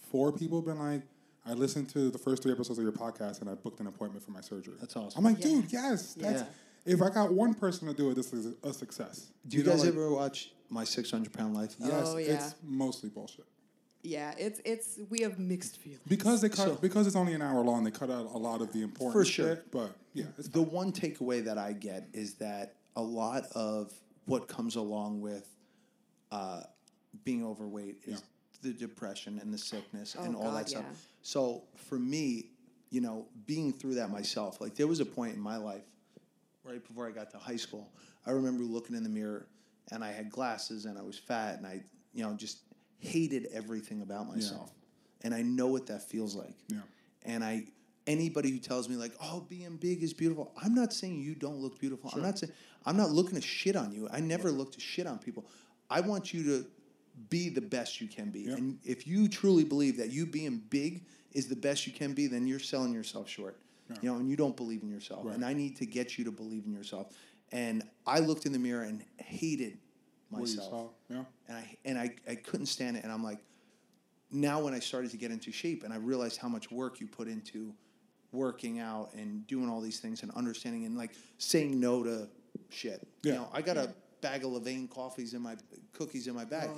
Speaker 2: four people been like, I listened to the first three episodes of your podcast and I booked an appointment for my surgery.
Speaker 4: That's awesome.
Speaker 2: I'm like,
Speaker 3: Yeah.
Speaker 2: dude, yes, that's
Speaker 4: Yeah.
Speaker 2: if I got one person to do it, this is a success.
Speaker 4: Do you,
Speaker 2: know,
Speaker 4: guys
Speaker 2: like, Uh,
Speaker 4: ever watch My Six Hundred Pound Life?
Speaker 2: Yes,
Speaker 3: Oh, yeah.
Speaker 2: it's mostly bullshit.
Speaker 3: Yeah. It's it's we have mixed feelings.
Speaker 2: Because they cut
Speaker 4: So-
Speaker 2: because it's only an hour long, they cut out a lot of the important
Speaker 4: For sure.
Speaker 2: shit, But yeah, it's
Speaker 4: the one takeaway that I get is that a lot of what comes along with uh, being overweight is the depression and the sickness and
Speaker 3: Oh,
Speaker 4: all that
Speaker 3: God,
Speaker 4: stuff.
Speaker 3: yeah.
Speaker 4: So for me, you know, being through that myself, like there was a point in my life right before I got to high school, I remember looking in the mirror and I had glasses and I was fat and I, you know, just hated everything about myself. And I know what that feels like.
Speaker 2: Yeah.
Speaker 4: And I anybody who tells me like, "Oh, being big is beautiful." I'm not saying you don't look beautiful. I'm not saying I'm not looking to shit on you. I never look to shit on people. I want you to be the best you can be. And if you truly believe that you being big is the best you can be, then you're selling yourself short. You know, and you don't believe in yourself. And I need to get you to believe in yourself. And I looked in the mirror and hated
Speaker 2: what you
Speaker 4: myself
Speaker 2: saw. Yeah.
Speaker 4: and I and I, I couldn't stand it. And I'm like, now when I started to get into shape and I realized how much work you put into working out and doing all these things and understanding and like saying no to shit.
Speaker 2: Yeah.
Speaker 4: You know, I got a bag of Levain coffees in my cookies in my bag.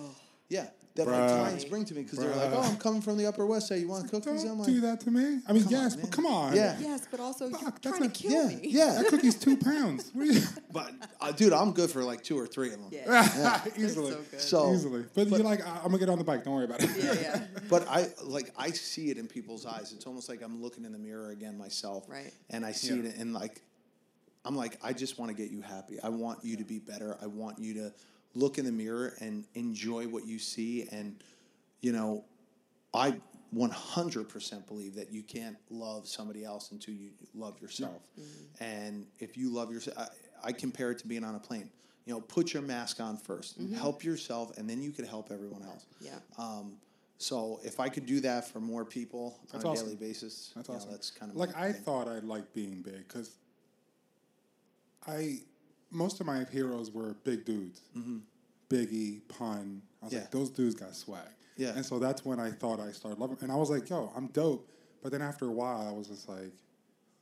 Speaker 4: Yeah. That
Speaker 2: Bruh.
Speaker 4: my clients bring to me because they're like,
Speaker 2: Bruh.
Speaker 4: "Oh, I'm coming from the Upper West Side. You want cookies?" I'm
Speaker 2: Don't
Speaker 4: like,
Speaker 2: do that to me. I mean,
Speaker 4: Come on,
Speaker 2: yes,
Speaker 4: man.
Speaker 2: but come on.
Speaker 4: Yeah.
Speaker 3: Yes, but also you're
Speaker 2: Fuck, that's
Speaker 3: trying to
Speaker 2: not-
Speaker 3: kill
Speaker 4: yeah,
Speaker 3: me.
Speaker 4: yeah.
Speaker 2: That cookie's two pounds. <laughs> What are you-
Speaker 4: <laughs> "But uh, dude, I'm good for like two or three of them."
Speaker 2: <laughs>
Speaker 3: Yeah. They're
Speaker 2: Easily.
Speaker 3: so good.
Speaker 4: So
Speaker 2: Easily. But, you're like, I- I'm gonna get on the bike. Don't worry about it.
Speaker 3: yeah, yeah.
Speaker 4: But I like I see it in people's eyes. It's almost like I'm looking in the mirror again myself.
Speaker 3: Right.
Speaker 4: And I see
Speaker 2: Yeah.
Speaker 4: it and like I'm like, I just want to get you happy. I want you to be better. I want you to look in the mirror and enjoy what you see. And, you know, I 100% believe that you can't love somebody else until you love yourself.
Speaker 3: Mm-hmm.
Speaker 4: And if you love yourself, I, I compare it to being on a plane. You know, put your mask on 1st help yourself, and then you can help everyone else.
Speaker 3: Mm-hmm. Yeah.
Speaker 4: Um, so if I could do that for more people
Speaker 2: That's
Speaker 4: on a
Speaker 2: awesome.
Speaker 4: daily basis,
Speaker 2: That's
Speaker 4: you know,
Speaker 2: awesome.
Speaker 4: that's kind of
Speaker 2: like
Speaker 4: my
Speaker 2: I
Speaker 4: thing.
Speaker 2: thought I liked being big because I most of my heroes were big dudes, Biggie, Pun. I was
Speaker 4: Mm-hmm. Yeah.
Speaker 2: like, those dudes got swag.
Speaker 4: Yeah.
Speaker 2: and so that's when I thought I started loving, and I was like, yo, I'm dope. But then after a while, I was just like,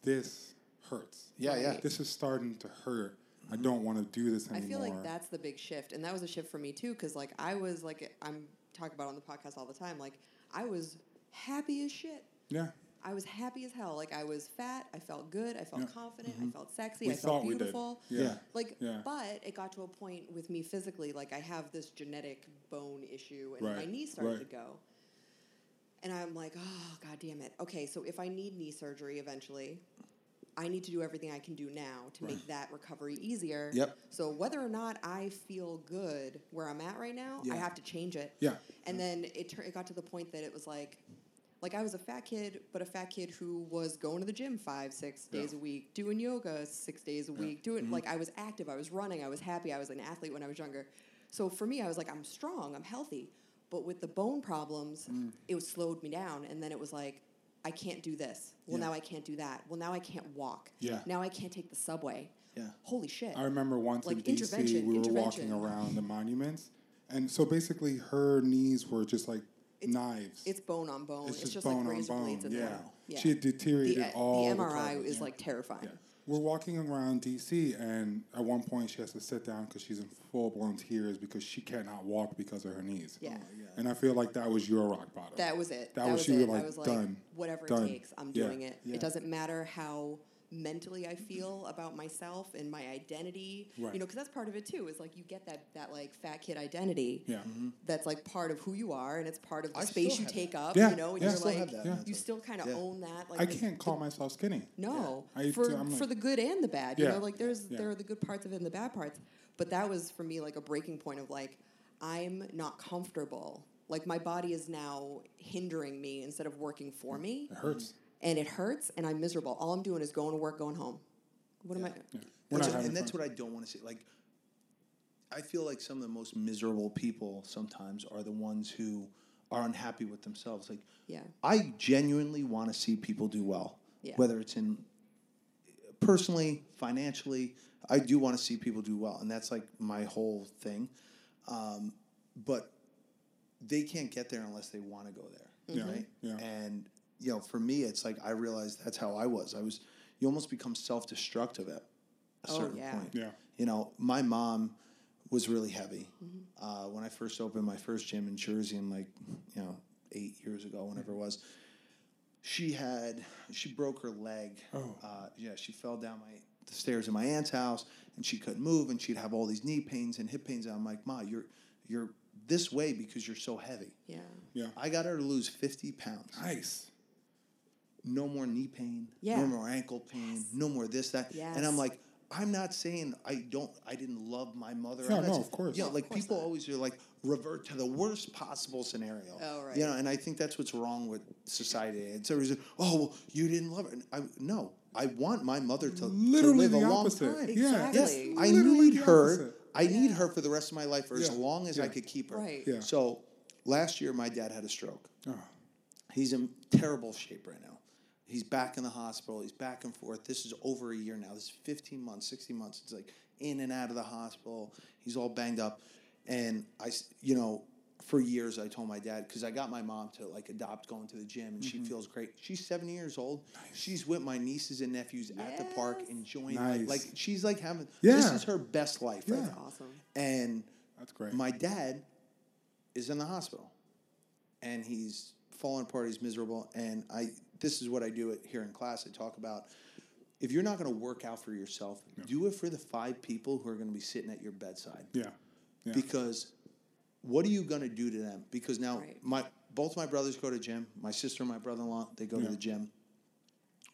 Speaker 2: this hurts.
Speaker 4: Yeah, Mm-hmm. yeah.
Speaker 3: Right.
Speaker 2: This is starting to hurt. I don't want to do this
Speaker 3: I
Speaker 2: anymore.
Speaker 3: feel like that's the big shift, and that was a shift for me too. Because like I was like I'm talking about on the podcast all the time. Like I was happy as shit.
Speaker 2: Yeah,
Speaker 3: I was happy as hell. Like I was fat. I felt good. I felt confident. I felt
Speaker 2: Mm-hmm.
Speaker 3: sexy.
Speaker 2: we
Speaker 3: I felt
Speaker 2: thought we did.
Speaker 3: beautiful.
Speaker 2: Yeah,
Speaker 3: Like,
Speaker 2: Yeah.
Speaker 3: but it got to a point with me physically. Like I have this genetic bone issue, and my
Speaker 2: Right,
Speaker 3: knee started
Speaker 2: right.
Speaker 3: to go. And I'm like, oh god damn it. Okay, so if I need knee surgery eventually, I need to do everything I can do now to make that recovery easier.
Speaker 4: Yep.
Speaker 3: So whether or not I feel good where I'm at right now,
Speaker 4: Yeah.
Speaker 3: I have to change it.
Speaker 2: Yeah.
Speaker 3: And then it tur- it got to the point that it was like, like I was a fat kid, but a fat kid who was going to the gym five, six days a week, doing yoga six days a week, doing
Speaker 2: Mm-hmm.
Speaker 3: like I was active, I was running, I was happy, I was an athlete when I was younger. So for me, I was like, I'm strong, I'm healthy. But with the bone problems,
Speaker 2: Mm.
Speaker 3: it was slowed me down, and then it was like, I can't do this. Well,
Speaker 2: Yeah.
Speaker 3: now I can't do that. Well, now I can't walk.
Speaker 2: Yeah.
Speaker 3: Now I can't take the subway.
Speaker 4: Yeah.
Speaker 3: Holy shit.
Speaker 2: I remember once
Speaker 3: Like
Speaker 2: in DC,
Speaker 3: intervention,
Speaker 2: we were walking
Speaker 3: intervention.
Speaker 2: around the monuments, and so basically her knees were just like knives.
Speaker 3: It's bone on bone.
Speaker 2: It's
Speaker 3: It's,
Speaker 2: just
Speaker 3: just
Speaker 2: bone on
Speaker 3: like razor
Speaker 2: bone,
Speaker 3: blades in
Speaker 2: yeah.
Speaker 3: there. Yeah.
Speaker 2: She had
Speaker 3: the, e,
Speaker 2: deteriorated
Speaker 3: the
Speaker 2: all the
Speaker 3: MRI
Speaker 2: colours,
Speaker 3: is
Speaker 2: yeah.
Speaker 3: like terrifying.
Speaker 2: Yeah. We're walking around DC, and at one point she has to sit down because she's in full blown tears because she cannot walk because of her knees.
Speaker 3: Yeah. Oh my
Speaker 2: And I feel like that was your rock bottom.
Speaker 3: That was it.
Speaker 2: That was- she
Speaker 3: it.
Speaker 2: was like,
Speaker 3: I was like,
Speaker 2: "Done.
Speaker 3: whatever
Speaker 2: Done."
Speaker 3: it takes, I'm
Speaker 2: Yeah.
Speaker 3: doing it.
Speaker 4: Yeah.
Speaker 3: It doesn't matter how mentally I feel about myself and my identity.
Speaker 2: Right.
Speaker 3: You know, because that's part of it too. Is like you get that that like fat kid identity.
Speaker 2: yeah.
Speaker 4: Mm-hmm.
Speaker 3: That's like part of who you are, and it's part of the
Speaker 4: I
Speaker 3: space
Speaker 4: still
Speaker 3: you
Speaker 4: have
Speaker 3: take up.
Speaker 2: Yeah,
Speaker 3: You know, and
Speaker 2: yeah. I
Speaker 3: you're
Speaker 4: still
Speaker 3: like,
Speaker 4: have that
Speaker 2: Yeah.
Speaker 4: mental-
Speaker 3: you still kind of
Speaker 4: yeah.
Speaker 3: own that. Like
Speaker 2: I
Speaker 3: the-
Speaker 2: can't call myself skinny.
Speaker 3: No,
Speaker 2: I-
Speaker 3: for
Speaker 2: I'm
Speaker 3: for
Speaker 2: like-
Speaker 3: the good and the bad. You
Speaker 2: Yeah.
Speaker 3: know, like there's
Speaker 2: Yeah.
Speaker 3: there are the good parts of it and the bad parts. But that was for me like a breaking point of like I'm not comfortable. Like my body is now hindering me instead of working for me,
Speaker 2: It hurts.
Speaker 4: Mm-hmm.
Speaker 3: and it hurts, and I'm miserable. All I'm doing is going to work, going home. What am I?
Speaker 2: Yeah. We're
Speaker 4: That's
Speaker 2: not
Speaker 4: what-
Speaker 2: having
Speaker 4: and that's
Speaker 2: fun.
Speaker 4: what I don't want to see. Like, I feel like some of the most miserable people sometimes are the ones who are unhappy with themselves. Like,
Speaker 3: Yeah.
Speaker 4: I genuinely want to see people do well,
Speaker 3: Yeah.
Speaker 4: whether it's in personally, financially. I do want to see people do well, and that's like my whole thing. Um, but they can't get there unless they want to go there,
Speaker 3: Mm-hmm.
Speaker 2: Yeah,
Speaker 4: right?
Speaker 2: yeah.
Speaker 4: And you know, for me, it's like I realized that's how I was. I was you almost become self destructive at a
Speaker 3: Oh,
Speaker 4: certain
Speaker 3: yeah.
Speaker 4: point.
Speaker 2: Yeah.
Speaker 4: You know, my mom was really heavy. Uh, when I first opened my first gym in Jersey, in like, you know, eight years ago, whenever it was, she had she broke her leg.
Speaker 2: Oh.
Speaker 4: Uh, yeah, she fell down my the stairs in my aunt's house, and she couldn't move, and she'd have all these knee pains and hip pains. And I'm like, Ma, you're you're this way because you're so heavy.
Speaker 3: Yeah.
Speaker 2: Yeah.
Speaker 4: I got her to lose fifty pounds.
Speaker 2: Nice.
Speaker 4: No more knee pain.
Speaker 3: Yeah.
Speaker 4: No more ankle pain. No more this that. And I'm
Speaker 3: Yes.
Speaker 4: like. I'm not saying I don't. I didn't love my mother.
Speaker 2: No,
Speaker 4: I'm not
Speaker 2: no,
Speaker 4: saying-
Speaker 2: of course.
Speaker 4: You
Speaker 2: No,
Speaker 4: know,
Speaker 2: of
Speaker 4: like
Speaker 3: course
Speaker 4: people
Speaker 3: not.
Speaker 4: always are like revert to the worst possible scenario.
Speaker 3: Oh, right.
Speaker 4: You know, and I think that's what's wrong with society. It's always oh, well, you didn't love her. And I no, I want my mother to to
Speaker 2: Literally
Speaker 4: live a
Speaker 2: the
Speaker 4: long
Speaker 2: opposite.
Speaker 4: time.
Speaker 2: Yeah.
Speaker 3: Exactly.
Speaker 4: Yes,
Speaker 2: it's
Speaker 4: I
Speaker 2: literally
Speaker 4: need
Speaker 2: the
Speaker 4: her.
Speaker 2: opposite.
Speaker 4: I need her for the rest of my life, or as
Speaker 2: Yeah.
Speaker 4: long as I
Speaker 2: Yeah.
Speaker 4: could keep her.
Speaker 3: Right.
Speaker 2: Yeah.
Speaker 4: So, last year my dad had a stroke.
Speaker 2: Oh.
Speaker 4: He's in terrible shape right now. He's back in the hospital. He's back and forth. This is over a year now. This is 15 months, 16 months. It's like in and out of the hospital. He's all banged up. And I, s- you know, for years I told my dad, because I got my mom to like adopt going to the gym and
Speaker 2: Mm-hmm.
Speaker 4: she feels great. She's 70 years old. She's with my nieces and nephews at the park
Speaker 3: Yes.
Speaker 4: enjoying
Speaker 2: Nice.
Speaker 4: Like she's like having, this
Speaker 2: Yeah.
Speaker 4: is her best life right
Speaker 2: Yeah.
Speaker 4: now.
Speaker 3: Awesome.
Speaker 4: And
Speaker 2: That's great.
Speaker 4: my dad is in the hospital, and he's falling apart. He's miserable. And I, this is what I do at, here in class. I talk about if you're not going to work out for yourself, do it for the five people who are going to be sitting at your bedside.
Speaker 2: yeah. Yeah.
Speaker 4: Because what are you going to do to them? Because now
Speaker 3: Right.
Speaker 4: my both my brothers go to gym. My sister and my brother-in-law they go
Speaker 2: Yeah.
Speaker 4: to the gym.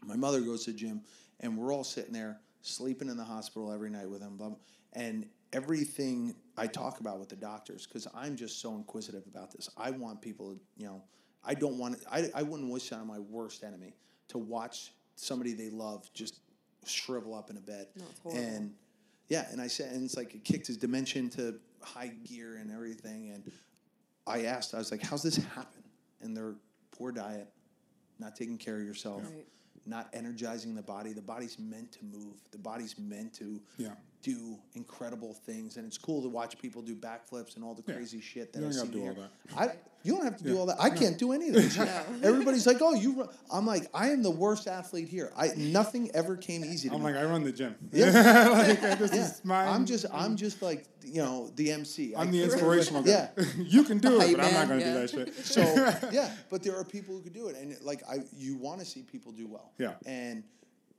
Speaker 4: My mother goes to the gym, and we're all sitting there sleeping in the hospital every night with them. Blah, blah. And everything I talk about with the doctors, because I'm just so inquisitive about this. I want people, to, you know, I don't want, I, I wouldn't wish that on my worst enemy to watch somebody they love just shrivel up in a bed.
Speaker 3: No, it's horrible.
Speaker 4: And yeah, and I said, and it's like it kicked his dimension to high gear and everything. And I asked, I was like, how's this happen? And their poor diet, not taking care of yourself,
Speaker 3: Right.
Speaker 4: not energizing the body. The body's meant to move, the body's meant to
Speaker 2: Yeah.
Speaker 4: do incredible things. And it's cool to watch people do backflips and all the
Speaker 2: Yeah.
Speaker 4: crazy shit that
Speaker 2: You
Speaker 4: I
Speaker 2: don't
Speaker 4: see
Speaker 2: gotta do
Speaker 4: here.
Speaker 2: all that.
Speaker 4: I, you don't have to do
Speaker 2: Yeah.
Speaker 4: all that. I can't do any of
Speaker 2: <laughs>
Speaker 4: this. Everybody's like, "Oh, you." Run. I'm like, I am the worst athlete here. I nothing ever came easy to
Speaker 2: I'm
Speaker 4: me.
Speaker 2: like, I run the gym.
Speaker 4: Yeah.
Speaker 2: <laughs> like, this
Speaker 4: Yeah.
Speaker 2: is my.
Speaker 4: I'm just I'm just like you know the MC. I
Speaker 2: I'm the
Speaker 4: can't-
Speaker 2: inspirational guy.
Speaker 4: Yeah.
Speaker 2: <laughs> you can do it,
Speaker 3: Hey,
Speaker 2: but I'm not going
Speaker 3: man,
Speaker 2: to do
Speaker 3: yeah.
Speaker 2: that shit. <laughs>
Speaker 4: <laughs> So yeah, but there are people who could do it, and like I, you want to see people do well.
Speaker 2: Yeah.
Speaker 4: And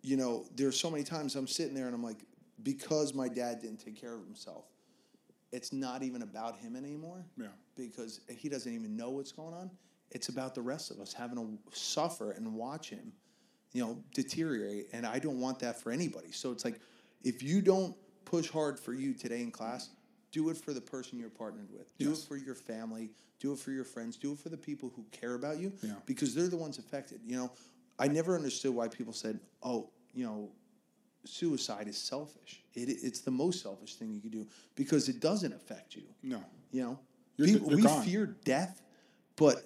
Speaker 4: you know, there's so many times I'm sitting there and I'm like, because my dad didn't take care of himself, it's not even about him anymore.
Speaker 2: Yeah.
Speaker 4: Because he doesn't even know what's going on. It's about the rest of us having to suffer and watch him, you know, deteriorate. And I don't want that for anybody. So it's like, if you don't push hard for you today in class, do it for the person you're partnered with. Do
Speaker 2: Yes.
Speaker 4: it for your family. Do it for your friends. Do it for the people who care about you
Speaker 2: Yeah.
Speaker 4: because they're the ones affected. You know, I never understood why people said, "Oh, you know, suicide is selfish. It, it's the most selfish thing you could do because it doesn't affect you."
Speaker 2: No.
Speaker 4: You know,
Speaker 2: You're-
Speaker 4: People-
Speaker 2: you're
Speaker 4: we
Speaker 2: gone.
Speaker 4: fear death, but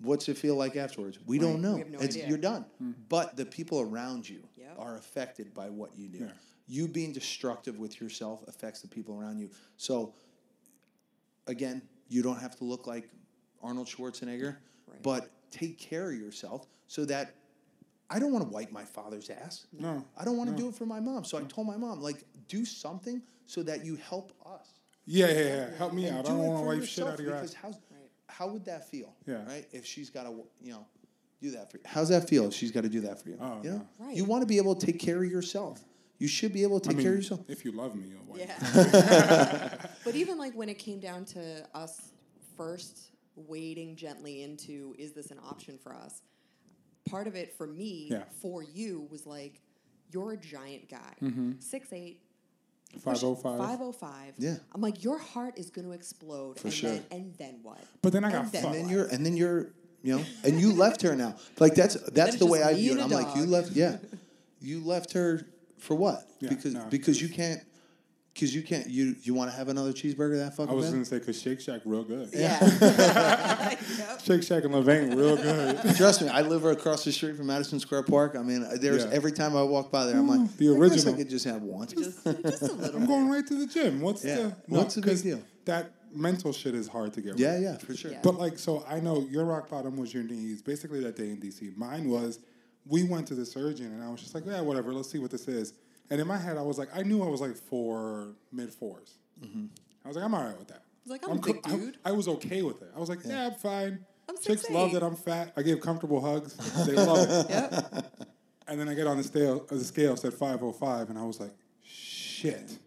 Speaker 4: what's it feel like afterwards? We don't
Speaker 3: Right,
Speaker 4: know.
Speaker 3: we have no
Speaker 4: It's-
Speaker 3: idea.
Speaker 4: You're done.
Speaker 2: Hmm.
Speaker 4: But the people around you
Speaker 3: Yep.
Speaker 4: are affected by what you do.
Speaker 2: Yeah.
Speaker 4: You being destructive with yourself affects the people around you. So, again, you don't have to look like Arnold Schwarzenegger.
Speaker 3: Right.
Speaker 4: But take care of yourself so that I don't want to wipe my father's ass.
Speaker 2: No.
Speaker 4: I don't want to do it for my mom. So I told my mom, like, do something so that you help us.
Speaker 2: Yeah, yeah, yeah. Help me
Speaker 4: And
Speaker 2: out. I
Speaker 4: do
Speaker 2: don't
Speaker 4: it
Speaker 2: want to
Speaker 4: for
Speaker 2: wipe shit out of your
Speaker 4: yourself,
Speaker 2: ass.
Speaker 4: Because how's, how would that feel?
Speaker 2: Yeah.
Speaker 4: Right? If she's got to, you know, do that for you. How's that feel if she's got to do that for you?
Speaker 2: Oh,
Speaker 4: you know?
Speaker 3: no. Right.
Speaker 4: You want to be able to take care of yourself. You should be able to
Speaker 2: I
Speaker 4: take care of
Speaker 2: mean,
Speaker 4: yourself.
Speaker 2: if you love me, you'll wipe me.
Speaker 3: Yeah.
Speaker 2: <laughs>
Speaker 3: but even like when it came down to us first wading gently into is this an option for us? Part of it for me,
Speaker 2: Yeah.
Speaker 3: for you, was like, you're a giant guy.
Speaker 2: Mm-hmm.
Speaker 3: Six eight,
Speaker 2: 505.
Speaker 3: 505.
Speaker 4: Yeah.
Speaker 3: I'm like, your heart is going to explode. and,
Speaker 4: sure.
Speaker 3: then, and then what?
Speaker 2: But then I got
Speaker 3: And then-
Speaker 2: fucked.
Speaker 4: and then you're and then you're you know and you left her now like that's that's
Speaker 3: it's
Speaker 4: the way
Speaker 3: just
Speaker 4: i
Speaker 3: me
Speaker 4: view it
Speaker 3: and
Speaker 4: i'm
Speaker 3: a
Speaker 4: like you
Speaker 3: dog.
Speaker 4: left
Speaker 3: <laughs>
Speaker 4: yeah you left her for what
Speaker 2: Yeah,
Speaker 4: because
Speaker 2: no.
Speaker 4: because you can't because you can't you you want to have another cheeseburger that fucking
Speaker 2: I was
Speaker 4: bad?
Speaker 2: gonna say because Shake Shack real good.
Speaker 3: Yeah. <laughs> Yep.
Speaker 2: Shake Shack and Levain real
Speaker 4: <laughs>
Speaker 2: good.
Speaker 4: trust me i live across the street from madison square park i mean there's
Speaker 2: Yeah.
Speaker 4: every time i walk by there i'm like
Speaker 2: the
Speaker 4: I guess i
Speaker 2: original.
Speaker 4: could just have one
Speaker 3: Just, just a little
Speaker 2: I'm
Speaker 3: bit.
Speaker 2: going right to the gym. What's
Speaker 4: Yeah.
Speaker 2: the
Speaker 4: No, it's a big
Speaker 2: 'cause
Speaker 4: deal.
Speaker 2: That mental shit is hard to get. rid
Speaker 4: yeah
Speaker 2: of.
Speaker 4: yeah for sure
Speaker 3: Yeah.
Speaker 2: But like, so I know your rock bottom was your knees. Basically, that day in DC, mine was. We went to the surgeon, and I was just like, yeah, whatever. Let's see what this is. And in my head, I was like, I knew I was like four mid 4s I was like, I'm all right with that.
Speaker 3: It's like, I'm a big
Speaker 2: I-
Speaker 3: dude.
Speaker 2: I, was okay with it. I was like, yeah, I'm fine.
Speaker 3: I'm
Speaker 2: Chicks
Speaker 3: 6'8".
Speaker 2: love that I'm fat. I give comfortable hugs. They love
Speaker 3: <laughs>
Speaker 2: it.
Speaker 3: Yep.
Speaker 2: And then I get on the scale, uh, the scale said 505, and I was like, shit.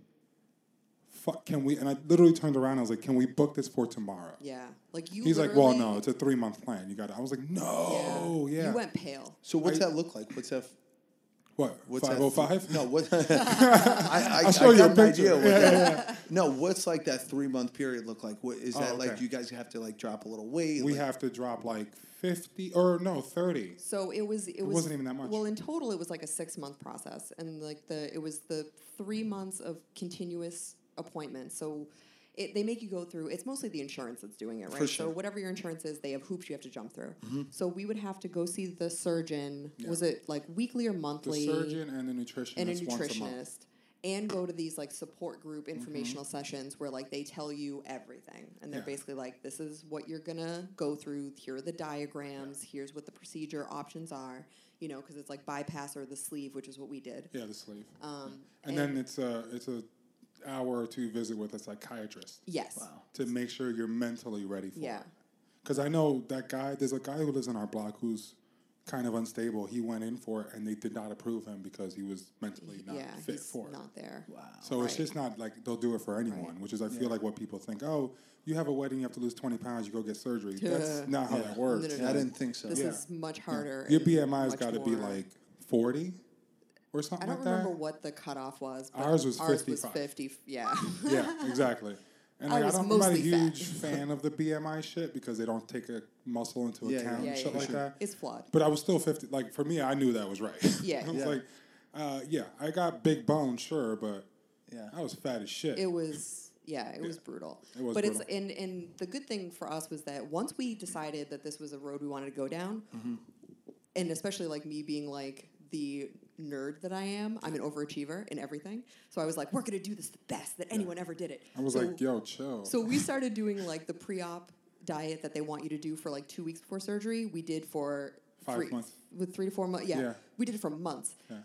Speaker 2: Fuck, can we? And I literally turned around. I was like, can we book this for tomorrow?
Speaker 3: Yeah. Like you
Speaker 2: He's like, well,
Speaker 3: literally-
Speaker 2: no, it's a three month plan. You got it. I was like, no, yeah.
Speaker 3: You went pale.
Speaker 4: so what's
Speaker 2: I-
Speaker 4: that look like what's that
Speaker 2: what?
Speaker 4: What's that?
Speaker 2: 505?
Speaker 4: No, what? <laughs> I, I,
Speaker 2: I'll show
Speaker 4: I
Speaker 2: you
Speaker 4: got
Speaker 2: a
Speaker 4: an
Speaker 2: picture.
Speaker 4: idea. What
Speaker 2: Yeah,
Speaker 4: that, No, what's like that three month period look like? What is
Speaker 2: Oh,
Speaker 4: that like?
Speaker 2: okay.
Speaker 4: You guys have to like drop a little weight.
Speaker 2: <laughs> We
Speaker 4: like-
Speaker 2: have to drop like 50 or no, 30.
Speaker 3: So it was. It, was,
Speaker 2: wasn't even that much.
Speaker 3: Well, in total, it was like a six month process, and like the it was the three months of continuous appointments. So. It, they make you go through. It's mostly the insurance that's doing it, right? So
Speaker 4: sure.
Speaker 3: whatever your insurance is, they have hoops you have to jump through.
Speaker 2: Mm-hmm.
Speaker 3: So we would have to go see the surgeon. Was it like weekly or
Speaker 2: The
Speaker 3: monthly?
Speaker 2: surgeon and the nutritionist,
Speaker 3: and a
Speaker 2: once a month. Mm-hmm.
Speaker 3: nutritionist and go to these like support group informational sessions where like they tell you everything and they're
Speaker 2: Yeah.
Speaker 3: basically like this is what you're gonna go through here are the diagrams here's what the procedure options are you know because it's like bypass or the sleeve which is what we did
Speaker 2: Yeah, the sleeve.
Speaker 3: um,
Speaker 2: and, then it's a it's a hour or two visit with a psychiatrist
Speaker 3: yes
Speaker 2: to make sure you're mentally ready for
Speaker 3: yeah
Speaker 2: it. Because I know that guy, there's a guy who lives in our block who's kind of unstable. He went in for it and they did not approve him because he was mentally not
Speaker 3: yeah
Speaker 2: fit
Speaker 3: he's
Speaker 2: for it.
Speaker 3: not there
Speaker 2: So it's
Speaker 3: Right.
Speaker 2: just not like they'll do it for anyone, which is I feel like what people think. Oh, you have a wedding, you have to lose twenty pounds, you go get surgery.
Speaker 3: Yeah.
Speaker 2: That's not how that works.
Speaker 3: No, no,
Speaker 4: I
Speaker 3: no.
Speaker 4: didn't think so.
Speaker 3: this
Speaker 2: Yeah.
Speaker 3: is much harder
Speaker 2: Your
Speaker 3: and
Speaker 2: BMI's
Speaker 3: much
Speaker 2: got to be
Speaker 3: more-
Speaker 2: like forty or
Speaker 3: I
Speaker 2: something
Speaker 3: don't
Speaker 2: like that.
Speaker 3: remember what the cutoff was. But
Speaker 2: Ours was
Speaker 3: ours
Speaker 2: 55.
Speaker 3: 50.
Speaker 2: <laughs>
Speaker 3: Yeah. <laughs>
Speaker 2: yeah, exactly. And
Speaker 3: I
Speaker 2: like, I
Speaker 3: was
Speaker 2: don't, I'm not a
Speaker 3: mostly fat. <laughs>
Speaker 2: huge fan of the BMI shit because they don't take a muscle into
Speaker 4: Yeah, yeah.
Speaker 2: account
Speaker 3: yeah,
Speaker 2: and
Speaker 3: yeah,
Speaker 2: shit like
Speaker 3: yeah.
Speaker 2: that.
Speaker 3: It's flawed.
Speaker 2: But I was still 50. Like, for me, I knew that was right. <laughs>
Speaker 3: Yeah.
Speaker 2: I was
Speaker 4: Yeah.
Speaker 2: like, uh, yeah, I got big bones, sure, but
Speaker 4: Yeah.
Speaker 2: I was fat as shit.
Speaker 3: it was yeah it was brutal
Speaker 2: It was
Speaker 3: but it's
Speaker 2: brutal.
Speaker 3: and and the good thing for us was that once we decided that this was a road we wanted to go down
Speaker 2: Mm-hmm.
Speaker 3: and especially like me being like the nerd that i am i'm an overachiever in everything so i was like we're going to do this the best that anyone ever did it
Speaker 2: I was
Speaker 3: so,
Speaker 2: like, yo, chill.
Speaker 3: so we started doing like the pre-op diet that they want you to do for like two weeks before surgery we did for
Speaker 2: Five
Speaker 3: three,
Speaker 2: months.
Speaker 3: with three to four months yeah,
Speaker 2: Yeah.
Speaker 3: we did it for months
Speaker 2: Yeah.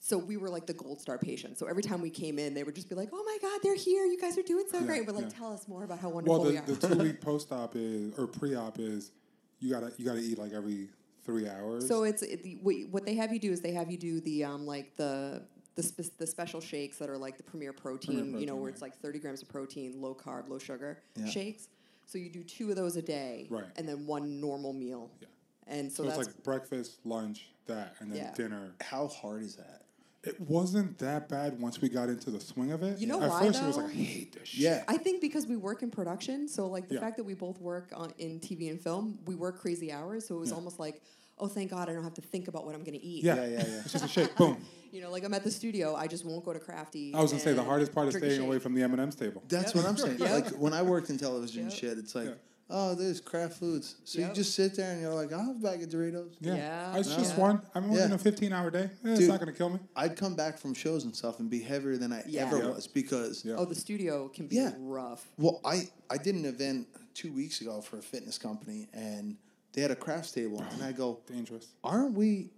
Speaker 3: so we were like the gold star patients. So every time we came in, they would just be like, "Oh my God, they're here! You guys are doing so
Speaker 2: Yeah,
Speaker 3: great!" But like,
Speaker 2: yeah.
Speaker 3: tell us more about how
Speaker 2: well,
Speaker 3: wonderful we
Speaker 2: the,
Speaker 3: are.
Speaker 2: the two
Speaker 3: <laughs>
Speaker 2: week post op is, or pre op is, you gotta you gotta eat like every three hours.
Speaker 3: so it's it, the, what what they have you do is they have you do the um like the the, spe- the special shakes that are like the premier protein, you know,
Speaker 2: protein,
Speaker 3: where
Speaker 2: yeah.
Speaker 3: it's like thirty grams of protein, low carb, low sugar
Speaker 4: Yeah.
Speaker 3: shakes. So you do two of those a day,
Speaker 2: Right.
Speaker 3: and then one normal meal.
Speaker 2: Yeah.
Speaker 3: And so,
Speaker 2: So it's
Speaker 3: that's
Speaker 2: like breakfast, lunch, that, and then
Speaker 3: Yeah.
Speaker 2: dinner.
Speaker 4: How hard is that?
Speaker 2: It wasn't that bad once we got into the swing of it.
Speaker 3: You know
Speaker 2: At
Speaker 3: why,
Speaker 2: first, it was
Speaker 3: though?
Speaker 2: like, I hate this shit.
Speaker 4: Yeah.
Speaker 3: I think because we work in production, so like the
Speaker 2: Yeah.
Speaker 3: fact that we both work on, in TV and film, we work crazy hours. So it was almost like, oh, thank God, I don't have to think about what I'm going to eat.
Speaker 2: Yeah,
Speaker 4: Yeah, yeah, yeah.
Speaker 2: It's just a shake. Boom.
Speaker 3: You know, like I'm at the studio, I just won't go to Crafty.
Speaker 2: I was gonna say the
Speaker 3: and
Speaker 2: hardest part is
Speaker 3: drink a
Speaker 2: staying away
Speaker 3: shake.
Speaker 2: from the M and M's table.
Speaker 4: That's what I'm saying.
Speaker 3: Yep.
Speaker 4: Like when I worked in television and
Speaker 3: Yep.
Speaker 4: shit, it's like
Speaker 2: Yeah.
Speaker 4: oh, there's Kraft Foods. So you
Speaker 3: Yep.
Speaker 4: just sit there and you're like, I'll have a bag of Doritos.
Speaker 2: Yeah.
Speaker 3: Yeah.
Speaker 2: It's just
Speaker 3: Yeah.
Speaker 2: one. I'm working
Speaker 4: Yeah.
Speaker 2: a 15 hour day. Eh, it's
Speaker 4: Dude.
Speaker 2: not going to kill me.
Speaker 4: I'd come back from shows and stuff and be heavier than I
Speaker 3: Yeah.
Speaker 4: ever
Speaker 3: Yeah.
Speaker 4: was because
Speaker 2: Yeah.
Speaker 3: Oh, the studio can be
Speaker 4: Yeah.
Speaker 3: rough.
Speaker 4: Well, I, I did an event two weeks ago for a fitness company and they had a crafts table and I go,
Speaker 2: Dangerous.
Speaker 4: aren't we?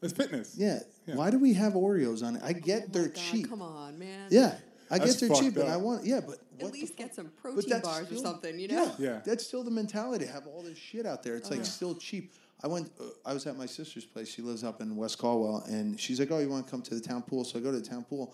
Speaker 2: It's fitness.
Speaker 4: Yeah,
Speaker 2: Yeah.
Speaker 4: Why do we have Oreos on it? I get
Speaker 3: Oh my
Speaker 4: they're
Speaker 3: God,
Speaker 4: cheap.
Speaker 3: Come on, man.
Speaker 4: Yeah, I
Speaker 2: That's
Speaker 4: get they're
Speaker 2: fucked
Speaker 4: cheap and
Speaker 2: up.
Speaker 4: I want yeah, but what
Speaker 3: At
Speaker 4: the
Speaker 3: least
Speaker 4: fuck?
Speaker 3: get some
Speaker 4: But
Speaker 3: protein
Speaker 4: that's
Speaker 3: bars or
Speaker 4: still-
Speaker 3: something, you know?
Speaker 4: Yeah,
Speaker 2: Yeah.
Speaker 4: that's still the mentality. Have all this shit out there. It's like
Speaker 2: yeah.
Speaker 4: still cheap. I went. Uh, I was at my sister's place. She lives up in West Caldwell, and she's like, "Oh, you want to come to the town pool?" So I go to the town pool,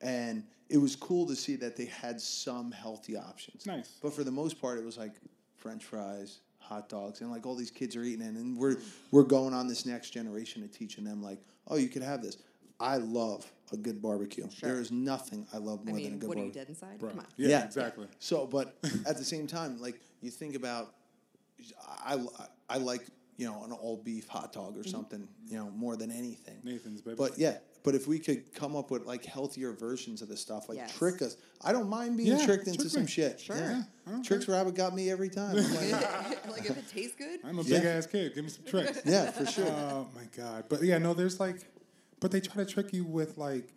Speaker 4: and it was cool to see that they had some healthy options.
Speaker 2: Nice.
Speaker 4: But for the most part, it was like French fries, hot dogs, and like all these kids are eating it. And we're we're going on this next generation of teaching them like, "Oh, you could have this." I love a good barbecue.
Speaker 3: Sure.
Speaker 4: There is nothing I love
Speaker 3: I
Speaker 4: more than a
Speaker 3: mean,
Speaker 4: good
Speaker 3: what are you
Speaker 4: barbecue.
Speaker 3: dead inside?
Speaker 2: Right.
Speaker 3: Come on.
Speaker 4: <laughs>
Speaker 2: Yeah, exactly.
Speaker 4: So, but at the same time, like you think about, I, I like you know an all beef hot dog or something you know more than anything.
Speaker 2: Mm-hmm. Nathan's, baby.
Speaker 4: But yeah, but if we could come up with like healthier versions of this stuff, like
Speaker 3: Yes.
Speaker 4: trick us. I don't mind being
Speaker 2: Yeah,
Speaker 4: tricked into
Speaker 2: trick
Speaker 4: some
Speaker 2: me.
Speaker 4: shit.
Speaker 3: Sure.
Speaker 4: Yeah.
Speaker 3: Yeah,
Speaker 2: I don't
Speaker 4: Tricks Rabbit got me every
Speaker 2: <laughs>
Speaker 4: time. I'm like,
Speaker 3: <laughs> like if it tastes good,
Speaker 2: I'm a
Speaker 4: Yeah.
Speaker 2: big ass kid. Give me some
Speaker 3: <laughs>
Speaker 2: tricks.
Speaker 4: yeah, for sure.
Speaker 2: Oh my god! But yeah, no, there's like, but they try to trick you with like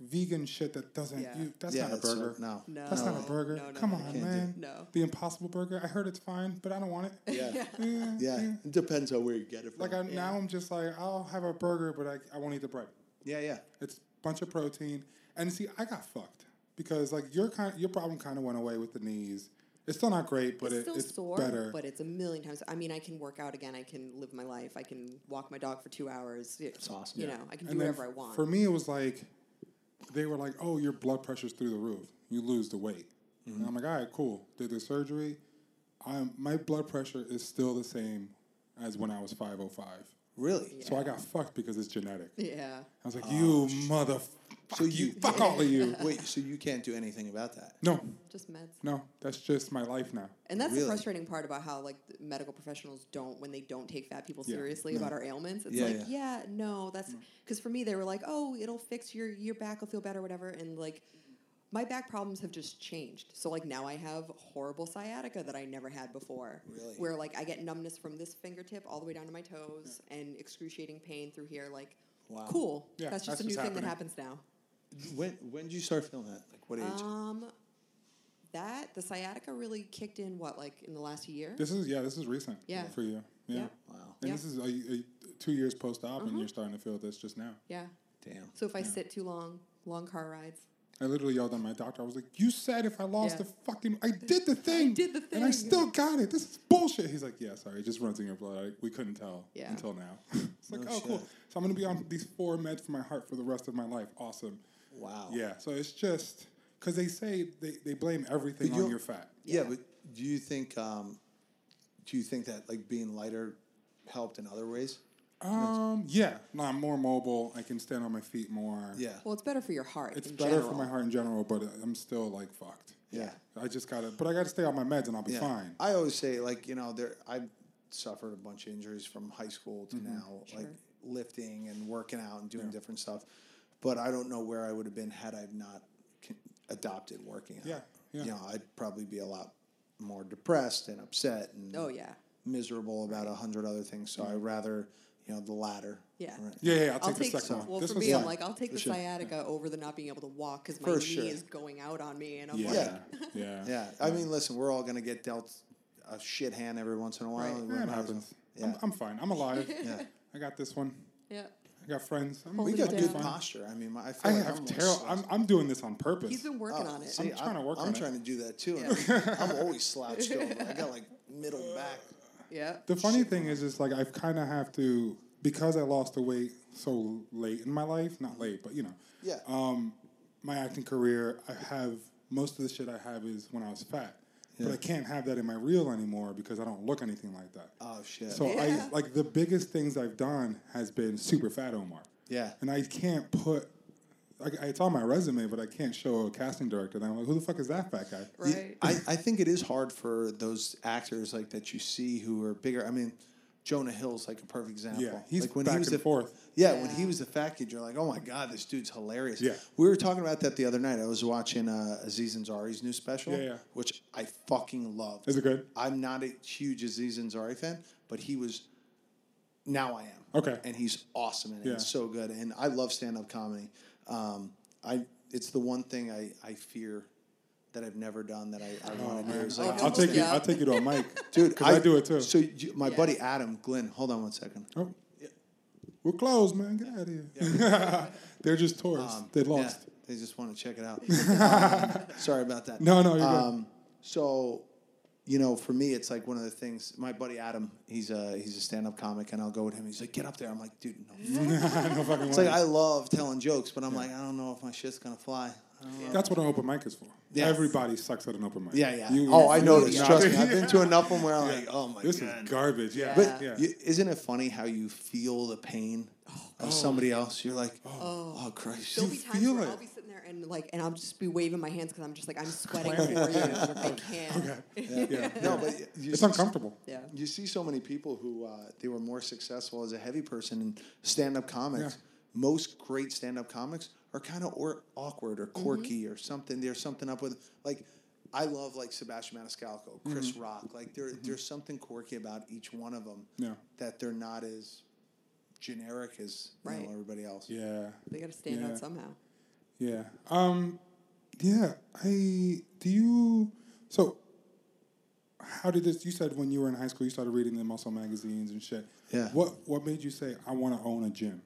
Speaker 2: vegan shit that doesn't.
Speaker 3: Yeah.
Speaker 2: You, that's
Speaker 4: yeah,
Speaker 2: not a
Speaker 4: that's
Speaker 2: burger.
Speaker 4: sort- no.
Speaker 3: no.
Speaker 2: That's not a burger.
Speaker 3: No, no,
Speaker 2: Come
Speaker 3: no,
Speaker 2: on,
Speaker 3: no.
Speaker 4: do
Speaker 2: man.
Speaker 3: No.
Speaker 2: The Impossible Burger. I heard it's fine, but I don't want it. <laughs>
Speaker 3: <laughs>
Speaker 4: Yeah.
Speaker 2: Yeah.
Speaker 4: Yeah. It depends on where you get it from.
Speaker 2: Like I, now, I'm just like, I'll have a burger, but I, I won't eat the bread.
Speaker 4: yeah, yeah.
Speaker 2: It's a bunch of protein. And see, I got fucked because like your kind, your problem kind of went away with the knees. It's still not great, but
Speaker 3: it's
Speaker 2: it-
Speaker 3: still
Speaker 2: it's
Speaker 3: sore,
Speaker 2: better.
Speaker 3: but it's a million times. I mean, I can work out again. I can live my life. I can walk my dog for two hours. It's
Speaker 4: awesome.
Speaker 3: You
Speaker 4: Yeah.
Speaker 3: know, I can do
Speaker 2: And then
Speaker 3: whatever I want.
Speaker 2: For me, it was like they were like, "Oh, your blood pressure's through the roof. You lose the weight." And I'm like, "All right, cool." Did the surgery. I'm, my blood pressure is still the same as when I was 505.
Speaker 4: Really?
Speaker 2: So I got fucked because it's genetic. I
Speaker 3: yeah.
Speaker 2: was like, "You mother, Oh, so you
Speaker 4: you-
Speaker 2: fuck all of <laughs> you."
Speaker 4: Wait, so you can't do anything about that?
Speaker 2: No,
Speaker 3: Just meds.
Speaker 2: no, that's just my life now.
Speaker 3: And that's
Speaker 4: Really?
Speaker 3: the frustrating part about how like the medical professionals don't when they don't take fat people
Speaker 2: Yeah,
Speaker 3: seriously about our ailments. It's
Speaker 4: Yeah,
Speaker 3: like, yeah, no, that's because for me they were like, oh, it'll fix your your back will feel better, whatever. And like my back problems have just changed. So like now I have horrible sciatica that I never had before.
Speaker 4: Really?
Speaker 3: Where like I get numbness from this fingertip all the way down to my toes and excruciating pain through here. Like,
Speaker 4: Wow.
Speaker 3: cool.
Speaker 2: Yeah,
Speaker 3: that's just
Speaker 2: that's
Speaker 3: a new
Speaker 2: what's
Speaker 3: thing that
Speaker 2: happening.
Speaker 3: happens now.
Speaker 4: When when did you start feeling that? Like what age?
Speaker 3: Um, that the sciatica really kicked in what like in the last year.
Speaker 2: This is yeah, this is recent.
Speaker 3: Yeah.
Speaker 2: for you. Yeah,
Speaker 3: Yeah.
Speaker 4: wow.
Speaker 2: and
Speaker 3: Yeah. Mm-hmm.
Speaker 2: this is a, a, two years post op, and you're starting to feel this just now.
Speaker 3: yeah.
Speaker 4: Damn.
Speaker 3: So if I sit too long, long car rides.
Speaker 2: I literally yelled at my doctor. I was like, "You said if I lost
Speaker 3: Yeah.
Speaker 2: the fucking, I did the thing,
Speaker 3: did the
Speaker 2: and I
Speaker 3: thing."
Speaker 2: still got it. This is bullshit." He's like, "Yeah, sorry, it just runs in your blood. I, we couldn't tell
Speaker 3: Yeah.
Speaker 2: until now." <laughs> it's like,
Speaker 4: No
Speaker 2: "Oh, cool."
Speaker 4: shit.
Speaker 2: So I'm gonna be on these four meds for my heart for the rest of my life. Awesome.
Speaker 4: Wow.
Speaker 2: Yeah. So it's just because they say they, they blame everything
Speaker 4: But
Speaker 2: on
Speaker 4: you'll-
Speaker 2: your fat.
Speaker 4: Yeah,
Speaker 3: Yeah.
Speaker 4: but do you think um, do you think that like being lighter helped in other ways?
Speaker 2: Um. Yeah. No, I'm more mobile. I can stand on my feet more.
Speaker 4: Yeah.
Speaker 3: Well, it's better for your heart.
Speaker 2: It's
Speaker 3: in
Speaker 2: better
Speaker 3: general.
Speaker 2: for my heart in general, but I'm still like fucked.
Speaker 4: Yeah.
Speaker 2: I just gotta, but I gotta stay on my meds and I'll be
Speaker 4: Yeah.
Speaker 2: fine.
Speaker 4: I always say like, you know, there I've suffered a bunch of injuries from high school to
Speaker 2: Mm-hmm.
Speaker 4: now, like
Speaker 3: Sure.
Speaker 4: lifting and working out and doing different stuff. But I don't know where I would have been had I not con- adopted working out.
Speaker 2: Yeah, yeah.
Speaker 4: You know, I'd probably be a lot more depressed and upset and
Speaker 3: Oh yeah,
Speaker 4: miserable about a hundred other things. So I'd rather, you know, the latter.
Speaker 3: yeah.
Speaker 4: Right.
Speaker 2: Yeah, yeah, I'll take
Speaker 3: I'll
Speaker 2: the
Speaker 3: take
Speaker 2: second one.
Speaker 3: well
Speaker 2: this
Speaker 3: for
Speaker 2: was
Speaker 3: me. I'm
Speaker 2: fun.
Speaker 3: like I'll take the
Speaker 4: sure.
Speaker 3: sciatica over the not being able to walk because my
Speaker 4: For
Speaker 3: knee
Speaker 4: sure.
Speaker 3: is going out on me, and I'm
Speaker 2: Yeah. <laughs>
Speaker 3: like, <laughs>
Speaker 2: yeah.
Speaker 4: Yeah, I mean, listen, we're all gonna get dealt a shit hand every once in a while.
Speaker 3: Right.
Speaker 4: We
Speaker 2: Yeah,
Speaker 4: might
Speaker 2: it
Speaker 4: as
Speaker 2: happens.
Speaker 4: well-
Speaker 2: I'm, I'm fine. I'm alive.
Speaker 3: <laughs>
Speaker 4: Yeah.
Speaker 2: I got this one.
Speaker 3: yeah.
Speaker 2: I got friends. I'm,
Speaker 3: Hold
Speaker 4: We
Speaker 3: it
Speaker 2: I'll
Speaker 4: got
Speaker 2: be
Speaker 3: down.
Speaker 4: good
Speaker 2: fine.
Speaker 4: posture. I mean, my- I feel
Speaker 2: I
Speaker 4: like
Speaker 2: have
Speaker 4: I'm
Speaker 2: terrible. I'm, I'm doing this on purpose.
Speaker 3: He's been working
Speaker 2: Uh,
Speaker 3: on it.
Speaker 4: See,
Speaker 2: I'm trying to work
Speaker 4: I'm
Speaker 2: on it.
Speaker 4: trying to do that too. and
Speaker 2: <laughs>
Speaker 4: I'm always slouched over. I got like
Speaker 3: <laughs>
Speaker 4: middle back.
Speaker 3: yeah.
Speaker 2: the funny thing is, is like I've kind of have to because I lost the weight so late in my life. Not late, but you know,
Speaker 4: Yeah.
Speaker 2: Um, my acting career. I have most of the shit I have is when I was fat, but I can't have that in my reel anymore because I don't look anything like that.
Speaker 4: oh shit.
Speaker 2: So
Speaker 3: Yeah.
Speaker 2: I like the biggest things I've done has been super fat Omar.
Speaker 4: Yeah.
Speaker 2: And I can't put like it's on my resume, but I can't show a casting director. And I'm like, who the fuck is that fat guy?
Speaker 4: You-
Speaker 3: Right.
Speaker 4: I, I think it is hard for those actors like that you see who are bigger. I mean, Jonah Hill's like a perfect example.
Speaker 2: Yeah, he's
Speaker 4: like
Speaker 2: back and
Speaker 4: the,
Speaker 2: forth.
Speaker 4: Yeah, when
Speaker 3: Yeah.
Speaker 4: he was the fat kid, you're like, oh my god, this dude's hilarious.
Speaker 2: Yeah.
Speaker 4: we were talking about that the other night. I was watching uh, Aziz Ansari's new special,
Speaker 2: Yeah, yeah.
Speaker 4: which I fucking love.
Speaker 2: Is it good?
Speaker 4: I'm not a huge Aziz Ansari fan, but he was. Now I am.
Speaker 2: Okay.
Speaker 4: And he's awesome in it.
Speaker 2: Yeah.
Speaker 4: It's so good, and I love stand up comedy. Um, I it's the one thing I, I fear that I've never done that I,
Speaker 2: Oh,
Speaker 4: I want to Oh, do. It's like,
Speaker 2: I'll take you.
Speaker 3: Yeah.
Speaker 2: I'll take you to a mic,
Speaker 4: <laughs> dude,
Speaker 2: Because I, do it too.
Speaker 4: So you, my
Speaker 3: Yeah.
Speaker 4: buddy Adam Glenn, hold on one second.
Speaker 2: oh. We're closed, man. Get out of here. <laughs> They're just tourists. they lost.
Speaker 4: Um, Yeah, they just want to check
Speaker 2: <laughs>
Speaker 4: it out. Um, sorry about that.
Speaker 2: No, no, you're good.
Speaker 4: Um, so, you know, for me, it's like one of the things. My buddy Adam, he's a he's a stand up comic, and I'll go with him. He's like, "Get up there." I'm like, "Dude,
Speaker 2: <laughs>
Speaker 4: no."
Speaker 2: no fucking
Speaker 4: it's
Speaker 2: way.
Speaker 4: like I love telling jokes, but I'm like, I don't know if my shit's gonna fly. I don't know.
Speaker 2: That's what an open mic is for.
Speaker 4: Yes.
Speaker 2: Everybody sucks at an open mic.
Speaker 4: Yeah, yeah.
Speaker 2: You-
Speaker 4: oh, I
Speaker 2: you-
Speaker 4: noticed.
Speaker 2: Yeah. <laughs>
Speaker 4: Trust me, I've been to enough of them where I'm like, "Oh my
Speaker 2: This
Speaker 4: god."
Speaker 2: is garbage. Yeah.
Speaker 4: But
Speaker 2: yeah.
Speaker 4: you, isn't it funny how you feel the pain
Speaker 2: Oh.
Speaker 4: of somebody else? You're like, oh, Christ.
Speaker 3: There'll be
Speaker 2: You
Speaker 3: times
Speaker 2: feel
Speaker 3: where
Speaker 2: it.
Speaker 3: I'll be sitting there and like, and I'll just be waving my hands because I'm just
Speaker 2: <laughs>
Speaker 3: like, I'm sweating for
Speaker 2: Clammy.
Speaker 3: you.
Speaker 2: <laughs>
Speaker 3: I can't.
Speaker 2: yeah.
Speaker 4: No, but you- you,
Speaker 2: It's uncomfortable.
Speaker 3: Yeah.
Speaker 4: you see so many people who uh, they were more successful as a heavy person in stand-up comics.
Speaker 2: Yeah.
Speaker 4: Most great stand-up comics are kind of or awkward or quirky or something. There's something up with like. I love like Sebastian Maniscalco, Chris Rock. Like there, there's something quirky about each one of them
Speaker 2: Yeah.
Speaker 4: that they're not as generic as you know,
Speaker 3: Right.
Speaker 4: everybody else.
Speaker 2: Yeah.
Speaker 3: They got to stand
Speaker 2: Yeah.
Speaker 3: out somehow.
Speaker 2: Yeah. Um, yeah. I do you. So, how did this? You said when you were in high school, you started reading the muscle magazines and shit.
Speaker 4: Yeah.
Speaker 2: What What made you say I want to own a gym?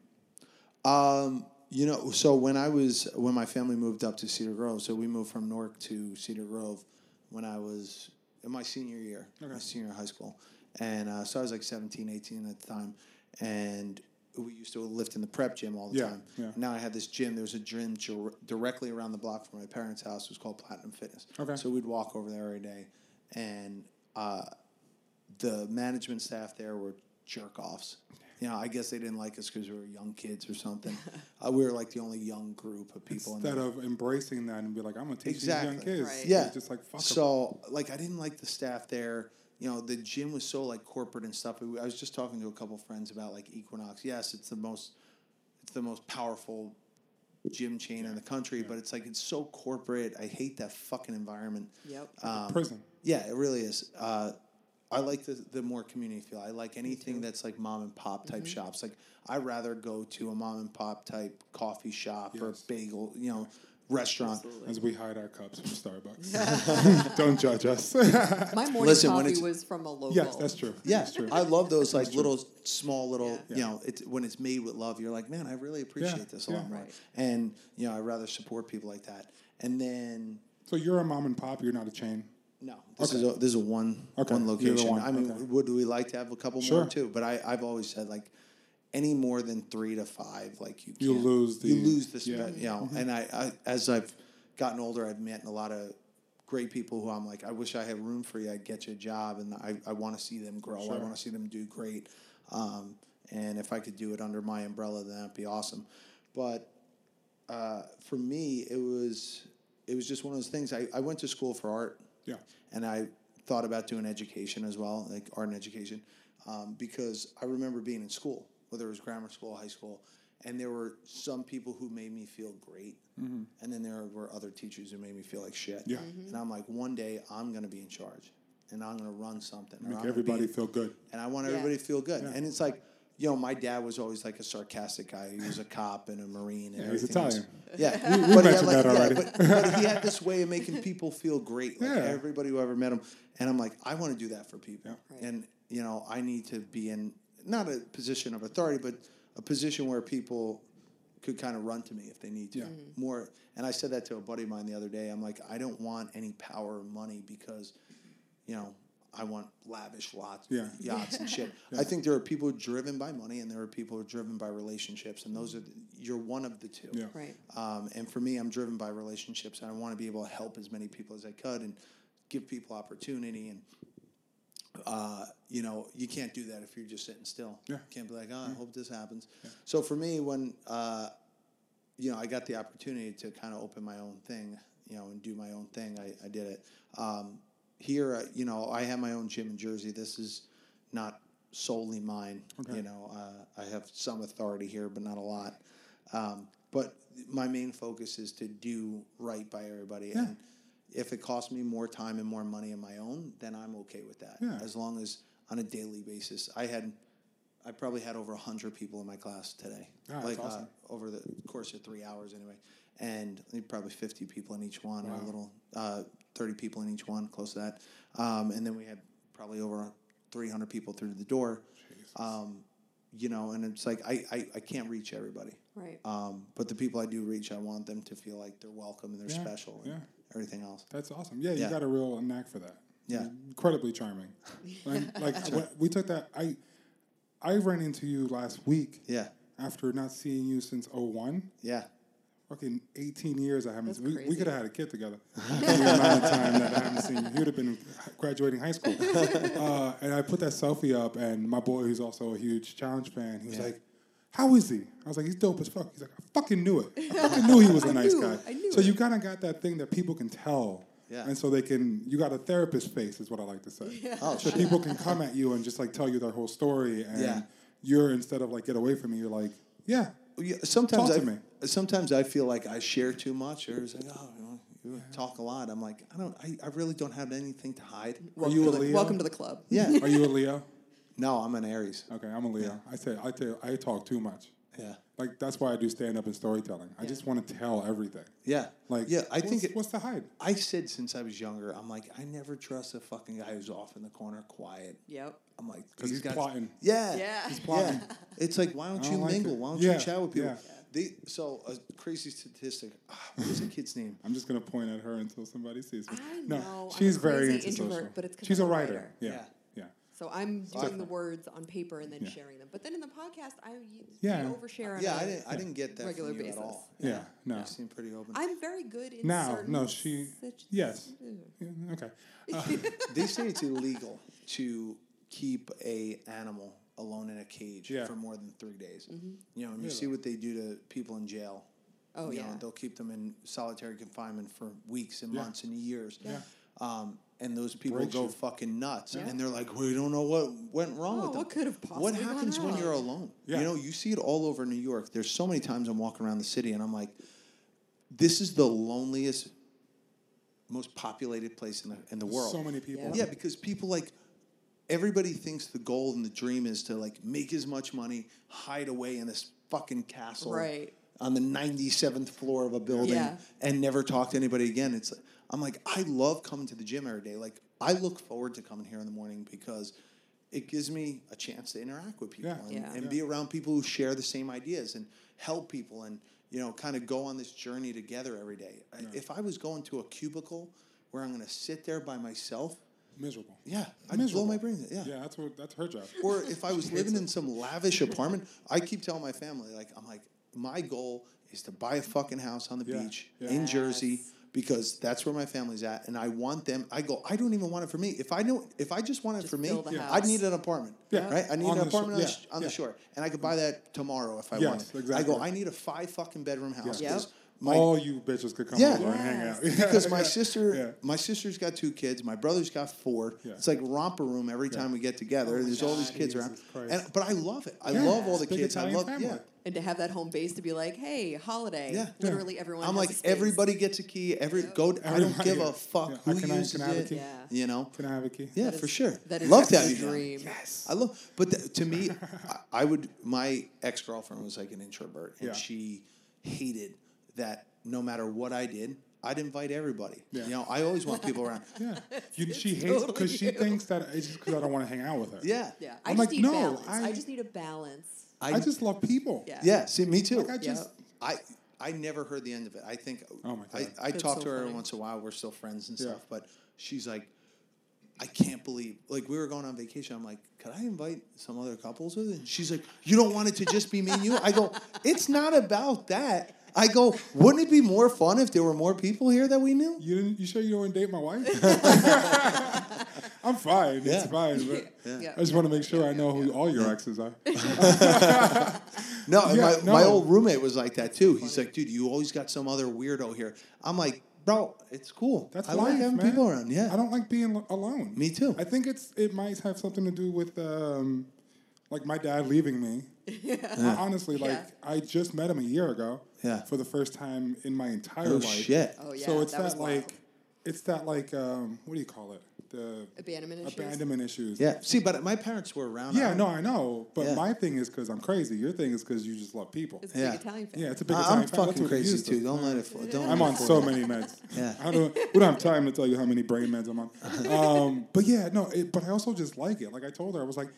Speaker 4: Um, you know, so when I was when my family moved up to Cedar Grove, so we moved from Newark to Cedar Grove when I was in my senior year, my senior year of high school, and uh, so I was like 17, 18 at the time, and we used to lift in the prep gym all the
Speaker 2: Yeah,
Speaker 4: time.
Speaker 2: yeah.
Speaker 4: Now I had this gym. There was a gym dir- directly around the block from my parents' house. It was called Platinum Fitness.
Speaker 2: Okay.
Speaker 4: So we'd walk over there every day, and uh, the management staff there were jerk offs. You know, I guess they didn't like us because we were young kids or something. uh, we were like the only young group of people. in
Speaker 2: Instead
Speaker 4: there.
Speaker 2: of embracing that and be like, I'm gonna teach these
Speaker 4: Exactly.
Speaker 2: young kids.
Speaker 3: Right.
Speaker 2: It's
Speaker 4: Yeah.
Speaker 2: Just like fuck 'em.
Speaker 4: so, like, I didn't like the staff there. You know, the gym was so like corporate and stuff. I was just talking to a couple friends about like Equinox. Yes, it's the most, it's the most powerful gym chain in the country, but it's like it's so corporate. I hate that fucking environment. Um,
Speaker 3: Yep.
Speaker 2: prison.
Speaker 4: Yeah, it really is. Uh, I like the, the more community feel. I like anything that's like mom and pop
Speaker 2: Mm-hmm.
Speaker 4: type shops. Like I'd rather go to a mom and pop type coffee shop or
Speaker 2: Yes.
Speaker 4: bagel, you know, restaurant.
Speaker 2: As we hide our cups from Starbucks. <laughs>
Speaker 4: <laughs>
Speaker 2: Don't judge us.
Speaker 3: My morning
Speaker 4: Listen, when
Speaker 3: coffee
Speaker 4: it's-
Speaker 3: was from a local.
Speaker 2: yes, that's true.
Speaker 4: Yeah,
Speaker 2: That's true.
Speaker 4: I love those like little small little
Speaker 3: Yeah.
Speaker 4: you know it's when it's made with love. You're like, man, I really appreciate this a
Speaker 2: yeah.
Speaker 4: lot more.
Speaker 3: Right.
Speaker 4: And you know, I would rather support people like that. And then
Speaker 2: so you're a mom and pop. You're not a chain.
Speaker 4: No, this is a, this is a one
Speaker 2: Okay,
Speaker 4: one
Speaker 2: you're the
Speaker 4: location.
Speaker 2: one,
Speaker 4: I mean,
Speaker 2: okay.
Speaker 4: would we like to have a couple
Speaker 2: Sure.
Speaker 4: more too? But I I've always said like any more than three to five, like you
Speaker 2: You
Speaker 4: can't-
Speaker 2: lose the-
Speaker 4: you lose the
Speaker 2: yeah. Mm-hmm.
Speaker 4: spe- you know. And I, I as I've gotten older, I've met a lot of great people who I'm like, I wish I had room for you. I'd get you a job, and I I want to see them grow. I want to see them do great. Um, and if I could do it under my umbrella, then that'd be awesome. But uh, for me, it was it was just one of those things. I, I went to school for art,
Speaker 2: Yeah.
Speaker 4: and I thought about doing education as well, like art and education, um, because I remember being in school, whether it was grammar school, high school, and there were some people who made me feel great, and then there were other teachers who made me feel like shit.
Speaker 2: Mm-hmm. Yeah.
Speaker 4: and I'm like, one day I'm gonna be in charge, and I'm gonna run something. or I'm
Speaker 2: Make
Speaker 4: gonna be
Speaker 2: everybody
Speaker 4: in-
Speaker 2: feel good.
Speaker 4: and I want
Speaker 3: Yeah.
Speaker 4: everybody to feel good. And it's like, you know, my dad was always like a sarcastic guy. He was a cop and a marine and
Speaker 2: Yeah, he's
Speaker 4: everything.
Speaker 2: Italian.
Speaker 4: Else. Yeah,
Speaker 2: we
Speaker 4: But he had,
Speaker 2: mentioned that already.
Speaker 4: but, but he had this way of
Speaker 2: <laughs>
Speaker 4: making people feel great. Like
Speaker 2: Yeah.
Speaker 4: everybody who ever met him, and I'm like, I want to do that for people.
Speaker 3: Right.
Speaker 4: And you know, I need to be in not a position of authority, but a position where people could kind of run to me if they need to Mm-hmm. more. And I said that to a buddy of mine the other day. I'm like, I don't want any power or money because you know, I want lavish lots,
Speaker 2: Yeah.
Speaker 4: <laughs> yachts and shit. I think there are people driven by money and there are people who are driven by relationships, and those are the, you're one of the two.
Speaker 2: Yeah.
Speaker 3: Right.
Speaker 4: Um, and for me, I'm driven by relationships, and I want to be able to help as many people as I could and give people opportunity. And uh, you know, you can't do that if you're just sitting still.
Speaker 2: Yeah.
Speaker 4: You can't be like, oh, I hope this happens. So for me, when uh, you know, I got the opportunity to kind of open my own thing, you know, and do my own thing. I, I did it. Um, here, uh, you know, I have my own gym in Jersey. This is not solely mine. You know, uh, I have some authority here, but not a lot. Um, but my main focus is to do right by everybody. And if it costs me more time and more money of my own, then I'm okay with that.
Speaker 2: Yeah.
Speaker 4: As long as on a daily basis, I had, I probably had over hundred people in my class today.
Speaker 2: Ah, that's
Speaker 4: like
Speaker 2: awesome.
Speaker 4: uh, over the course of three hours, anyway. And probably 50 people in each one, or a little uh, 30 people in each one, close to that. Um, and then we had probably over 300 people through the door. Um, you know, and it's like I, I, I can't reach everybody.
Speaker 3: Right.
Speaker 2: Uh,
Speaker 4: Um, but the people I do reach, I want them to feel like they're welcome and they're
Speaker 2: Yeah,
Speaker 4: special and
Speaker 2: yeah.
Speaker 4: everything else.
Speaker 2: That's awesome. Yeah, you
Speaker 4: Yeah.
Speaker 2: got a real knack for that.
Speaker 4: Yeah.
Speaker 2: incredibly
Speaker 4: <laughs>
Speaker 2: charming. like like when we took that. I I ran into you last week.
Speaker 4: Yeah.
Speaker 2: After not seeing you since '01.
Speaker 4: Yeah.
Speaker 2: Fucking 18 years I haven't
Speaker 3: That's
Speaker 2: seen we, we
Speaker 3: crazy.
Speaker 2: could have had a kid
Speaker 3: <laughs>
Speaker 2: together. the amount of time that I haven't seen you. He would have been graduating high
Speaker 3: <laughs>
Speaker 2: school. Uh, and I put that selfie up, and my boy, who's also a huge Challenge fan, he was like, how is he? I was like, he's dope as fuck. He's like, I fucking knew it. I fucking knew he was a nice
Speaker 3: knew,
Speaker 2: guy.
Speaker 3: <laughs> I knew
Speaker 2: so
Speaker 3: it.
Speaker 2: you kind of got that thing that people can tell.
Speaker 4: Yeah.
Speaker 2: And so they can, you got a therapist face, is what I like to say.
Speaker 4: Oh,
Speaker 2: So
Speaker 4: shit.
Speaker 2: people can come at you and just like tell you their whole story. And
Speaker 4: Yeah.
Speaker 2: you're, instead of like, get away from me, you're like, yeah,
Speaker 4: Yeah, Sometimes
Speaker 2: Talk
Speaker 4: I
Speaker 2: to me.
Speaker 4: sometimes I feel like I share too much, or it's like, oh, you, know, you talk a lot. I'm like, I don't. I, I really don't have anything to hide.
Speaker 2: Are <laughs> you
Speaker 3: to
Speaker 2: a
Speaker 3: the,
Speaker 2: Leo?
Speaker 3: welcome to the club.
Speaker 4: Yeah.
Speaker 2: Are you a Leo?
Speaker 4: no, I'm an Aries.
Speaker 2: Okay, I'm a Leo. I say I tell I talk too much.
Speaker 4: Yeah.
Speaker 2: Like that's why I do stand up and storytelling. I just want to tell everything.
Speaker 4: Yeah.
Speaker 2: Like
Speaker 4: yeah, I
Speaker 2: what's-
Speaker 4: think it,
Speaker 2: what's the hide?
Speaker 4: I said since I was younger, I'm like, I never trust a fucking guy who's off in the corner, quiet.
Speaker 3: Yep.
Speaker 4: I'm like,
Speaker 2: 'Cause he's
Speaker 4: got-
Speaker 2: plotting.
Speaker 3: <laughs>
Speaker 4: Yeah.
Speaker 3: Yeah. He's
Speaker 2: plotting.
Speaker 4: Yeah. It's like, why don't
Speaker 2: I
Speaker 4: you
Speaker 2: don't like
Speaker 4: mingle?
Speaker 2: it.
Speaker 4: Why don't
Speaker 2: Yeah,
Speaker 4: you chat with people?
Speaker 2: yeah.
Speaker 4: They so a crazy statistic. Ah, what was the kid's name?
Speaker 2: I'm just gonna point at her until somebody sees me.
Speaker 3: I
Speaker 2: no,
Speaker 3: know, I'm
Speaker 2: she's
Speaker 3: a
Speaker 2: very
Speaker 3: crazy
Speaker 2: antisocial.
Speaker 3: introvert, but it's 'cause
Speaker 2: she's
Speaker 3: I'm
Speaker 2: a
Speaker 3: a
Speaker 2: writer.
Speaker 3: writer.
Speaker 2: Yeah, yeah.
Speaker 4: Yeah.
Speaker 3: So I'm doing
Speaker 4: different.
Speaker 3: the words on paper and then
Speaker 2: Yeah.
Speaker 3: sharing them. But then in the podcast, I you,
Speaker 2: Yeah.
Speaker 3: you overshare. on
Speaker 4: Yeah,
Speaker 3: a-
Speaker 4: I didn't. I didn't get that from
Speaker 3: Regular
Speaker 4: you
Speaker 3: basis.
Speaker 4: at all.
Speaker 2: Yeah, no.
Speaker 4: You seem pretty open.
Speaker 3: I'm very good in
Speaker 2: Now,
Speaker 3: certain
Speaker 2: no, she.
Speaker 3: situ-
Speaker 2: Yes. Yeah, Okay.
Speaker 4: they say it's illegal to keep a animal alone in a cage
Speaker 2: Yeah.
Speaker 4: for more than three days. You know, and you see what they do to people in jail.
Speaker 3: Mm-hmm. Oh,
Speaker 4: you
Speaker 3: yeah.
Speaker 4: know, they'll keep them in solitary confinement for weeks and
Speaker 2: Yeah.
Speaker 4: months and years.
Speaker 2: Yeah.
Speaker 4: Um, and those people
Speaker 2: Breaks
Speaker 4: go
Speaker 2: you.
Speaker 4: fucking nuts,
Speaker 3: Yeah.
Speaker 4: and they're like, "We don't know what went wrong
Speaker 3: Oh,
Speaker 4: with them.
Speaker 3: what could have
Speaker 4: What
Speaker 3: possibly gone
Speaker 4: happens when
Speaker 3: wrong?
Speaker 4: you're alone?
Speaker 2: Yeah.
Speaker 4: You know, you see it all over New York. There's so many times I'm walking around the city, and I'm like, "This is the loneliest, most populated place in the in the world."
Speaker 2: So many people.
Speaker 4: Yeah, because people like everybody thinks the goal and the dream is to like make as much money, hide away in this fucking castle
Speaker 3: Right.
Speaker 4: on the 97th floor of a building
Speaker 3: Yeah.
Speaker 4: and never talk to anybody again. It's I'm like I love coming to the gym every day. Like I look forward to coming here in the morning because it gives me a chance to interact with people
Speaker 2: Yeah.
Speaker 4: and,
Speaker 3: Yeah.
Speaker 4: and be around people who share the same ideas and help people and you know kind of go on this journey together every day. I- If I was going to a cubicle where I'm going to sit there by myself,
Speaker 2: Miserable.
Speaker 4: yeah, I'd
Speaker 2: Miserable.
Speaker 4: blow my brains. out, Yeah.
Speaker 2: Yeah, that's what that's her job.
Speaker 4: <laughs> Or if I was living in some lavish apartment, I keep telling my family, like, I'm like, my goal is to buy a fucking house on the
Speaker 2: Yeah,
Speaker 4: beach
Speaker 2: yeah.
Speaker 4: in Jersey
Speaker 3: Yes.
Speaker 4: because that's where my family's at, and I want them. I go, I don't even want it for me. If I know, if I just want it
Speaker 3: Just
Speaker 4: for me,
Speaker 3: build the Yeah.
Speaker 4: I'd
Speaker 3: house.
Speaker 4: need an apartment.
Speaker 2: Yeah.
Speaker 4: right. I need
Speaker 2: On the
Speaker 4: an
Speaker 2: sh-
Speaker 4: apartment
Speaker 2: yeah,
Speaker 4: on, the, sh- on
Speaker 2: yeah.
Speaker 4: the shore, and I could buy that tomorrow if I
Speaker 2: Yes,
Speaker 4: wanted. I
Speaker 2: exactly.
Speaker 4: go, I need a five fucking bedroom house.
Speaker 3: Yep.
Speaker 4: because My,
Speaker 2: All you bitches could come
Speaker 4: Yeah.
Speaker 2: over and hang out.
Speaker 3: Yes.
Speaker 4: because my
Speaker 2: <laughs> Yeah.
Speaker 4: sister,
Speaker 2: Yeah.
Speaker 4: my sister's got two kids. My brother's got four.
Speaker 2: Yeah.
Speaker 4: It's like romper room every time we get
Speaker 3: Oh
Speaker 4: together. There's all these
Speaker 2: God.
Speaker 4: kids
Speaker 2: Jesus
Speaker 4: around,
Speaker 2: Christ.
Speaker 4: and but I love it. I
Speaker 2: Yeah.
Speaker 4: love all the
Speaker 2: Big
Speaker 4: kids.
Speaker 2: Italian
Speaker 4: I love
Speaker 2: family.
Speaker 4: yeah.
Speaker 3: And to have that home base to be like, hey, holiday.
Speaker 4: Yeah.
Speaker 3: Literally everyone.
Speaker 4: I'm
Speaker 3: has
Speaker 4: like
Speaker 3: a space.
Speaker 4: everybody gets a key. Every
Speaker 3: Yep.
Speaker 4: go. I don't
Speaker 2: Everybody-
Speaker 4: give a fuck
Speaker 2: Yeah.
Speaker 4: who
Speaker 2: Can I-
Speaker 4: uses
Speaker 2: can I have a
Speaker 4: it.
Speaker 2: key?
Speaker 3: Yeah.
Speaker 4: You know.
Speaker 2: Can I have a key?
Speaker 4: Yeah,
Speaker 3: That
Speaker 4: for
Speaker 3: is-
Speaker 4: sure.
Speaker 3: that is
Speaker 4: love
Speaker 3: the
Speaker 4: that idea.
Speaker 3: dream.
Speaker 4: I love, but th- to
Speaker 2: <laughs>
Speaker 4: me, I, I would. My ex girlfriend was like an introvert, and
Speaker 2: Yeah.
Speaker 4: she hated that. No matter what I did, I'd invite everybody.
Speaker 2: Yeah.
Speaker 4: You know, I always want people
Speaker 3: <laughs>
Speaker 4: around.
Speaker 2: Yeah. You, she hates because
Speaker 3: totally
Speaker 2: she
Speaker 3: you.
Speaker 2: thinks that it's just because I don't want to hang out with her.
Speaker 4: Yeah.
Speaker 3: Yeah. I
Speaker 2: I'm
Speaker 3: just
Speaker 2: like,
Speaker 3: need
Speaker 2: no,
Speaker 3: balance. I,
Speaker 2: I-
Speaker 3: just need a balance.
Speaker 4: I,
Speaker 2: I just love people.
Speaker 3: Yeah.
Speaker 4: yeah. See, me too.
Speaker 2: Like I just
Speaker 4: I I never heard the end of it. I think.
Speaker 2: Oh my God.
Speaker 4: I, I
Speaker 3: That's
Speaker 4: talk
Speaker 3: so
Speaker 4: to her every
Speaker 3: funny.
Speaker 4: once in a while. We're still friends and
Speaker 2: Yeah.
Speaker 4: stuff. But she's like, I can't believe. Like we were going on vacation. I'm like, could I invite some other couples with? And she's like, you don't want it to just be me and you. I go, it's not about that. I go, wouldn't it be more fun if there were more people here that we knew?
Speaker 2: You didn't, you sure you don't want to date my
Speaker 4: <laughs>
Speaker 2: wife? <laughs> I'm fine. It's
Speaker 4: <laughs> Yeah.
Speaker 2: fine. But
Speaker 3: Yeah.
Speaker 2: I just want to make sure I know who all your exes
Speaker 4: <laughs>
Speaker 2: are.
Speaker 4: No, and
Speaker 2: Yeah,
Speaker 4: my, my
Speaker 2: no.
Speaker 4: old roommate was like that too. He's like, dude, you always got some other weirdo here. I'm like, bro, it's cool.
Speaker 2: That's
Speaker 4: I
Speaker 2: life,
Speaker 4: like having
Speaker 2: man.
Speaker 4: people around. Yeah.
Speaker 2: I don't like being lo- alone.
Speaker 4: Me too.
Speaker 2: I think it's it might have something to do with um, like my dad leaving me.
Speaker 4: <laughs>
Speaker 2: Honestly, like
Speaker 3: Yeah.
Speaker 2: I just met him a year ago.
Speaker 4: Yeah.
Speaker 2: For the first time in my entire
Speaker 4: Oh
Speaker 2: life.
Speaker 4: shit.
Speaker 3: Oh yeah,
Speaker 2: so it's
Speaker 3: that was
Speaker 2: that
Speaker 3: wild.
Speaker 2: like, it's that like, um, what do you call it? The
Speaker 3: abandonment issues.
Speaker 2: abandonment issues.
Speaker 4: Yeah. See, but my parents were around.
Speaker 2: Yeah,
Speaker 4: I-
Speaker 2: no, I know, but
Speaker 4: Yeah.
Speaker 2: my thing is because I'm crazy. Your thing is because you just love people.
Speaker 3: It's
Speaker 4: Yeah.
Speaker 3: a big Italian fan.
Speaker 2: yeah, it's a big.
Speaker 4: I, am
Speaker 2: Italian family. That's
Speaker 4: fucking
Speaker 2: what it
Speaker 4: crazy
Speaker 2: used to.
Speaker 4: too. Don't let it. fo- Don't.
Speaker 2: I'm
Speaker 4: let it
Speaker 2: on
Speaker 4: fool
Speaker 2: so
Speaker 4: you.
Speaker 2: many meds.
Speaker 4: Yeah.
Speaker 2: I don't. We don't have time to tell you how many brain meds I'm
Speaker 4: <laughs>
Speaker 2: on. Um, but yeah, no. It, but I also just like it. Like I told her, I was like,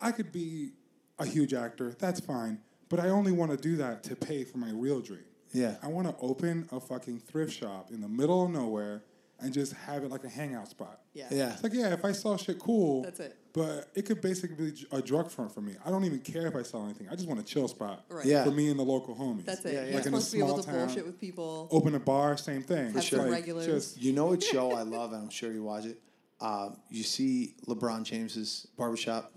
Speaker 2: I could be a huge actor. That's fine. But I only want to do that to pay for my real dream.
Speaker 4: Yeah.
Speaker 2: I want to open a fucking thrift shop in the middle of nowhere and just have it like a hangout spot.
Speaker 3: Yeah.
Speaker 4: Yeah.
Speaker 2: It's like, yeah, if I sell shit, cool.
Speaker 3: That's it.
Speaker 2: But it could basically be j- a drug front for me. I don't even care if I sell anything. I just want a chill spot
Speaker 3: Right.
Speaker 4: Yeah.
Speaker 2: for me and the local homies.
Speaker 3: That's it.
Speaker 4: Yeah, yeah.
Speaker 3: You're
Speaker 4: Like
Speaker 2: in a
Speaker 3: supposed to be able
Speaker 2: small
Speaker 3: to
Speaker 2: town.
Speaker 3: bullshit with
Speaker 4: Oh,
Speaker 3: people.
Speaker 2: Open a bar, same thing.
Speaker 3: Have some regulars.
Speaker 4: You know what show I love, and I'm sure you watch it. Um, you see LeBron James's barbershop.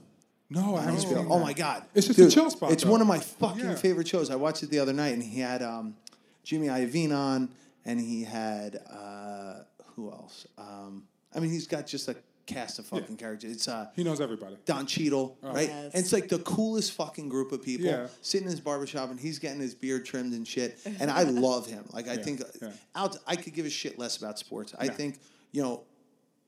Speaker 2: no, I haven't
Speaker 4: He's
Speaker 2: seen
Speaker 4: built-
Speaker 2: that.
Speaker 4: Oh my god!
Speaker 2: It's just a
Speaker 4: Dude,
Speaker 2: chill spot,
Speaker 4: It's
Speaker 2: though.
Speaker 4: one of my fucking
Speaker 2: Yeah.
Speaker 4: favorite shows. I watched it the other night, and he had um, Jimmy Iovine on, and he had uh, who else? Um, I mean, he's got just a cast of fucking characters. It's uh,
Speaker 2: He knows everybody.
Speaker 4: Don Cheadle, right?
Speaker 3: Yes.
Speaker 4: And it's like the coolest fucking group of people
Speaker 2: Oh. Yeah.
Speaker 4: sitting in his barbershop and he's getting his beard trimmed and shit. And
Speaker 3: <laughs>
Speaker 4: I love him. Like I
Speaker 2: Yeah,
Speaker 4: think
Speaker 2: yeah.
Speaker 4: out I could give a shit less about sports. I
Speaker 2: Yeah.
Speaker 4: think, you know,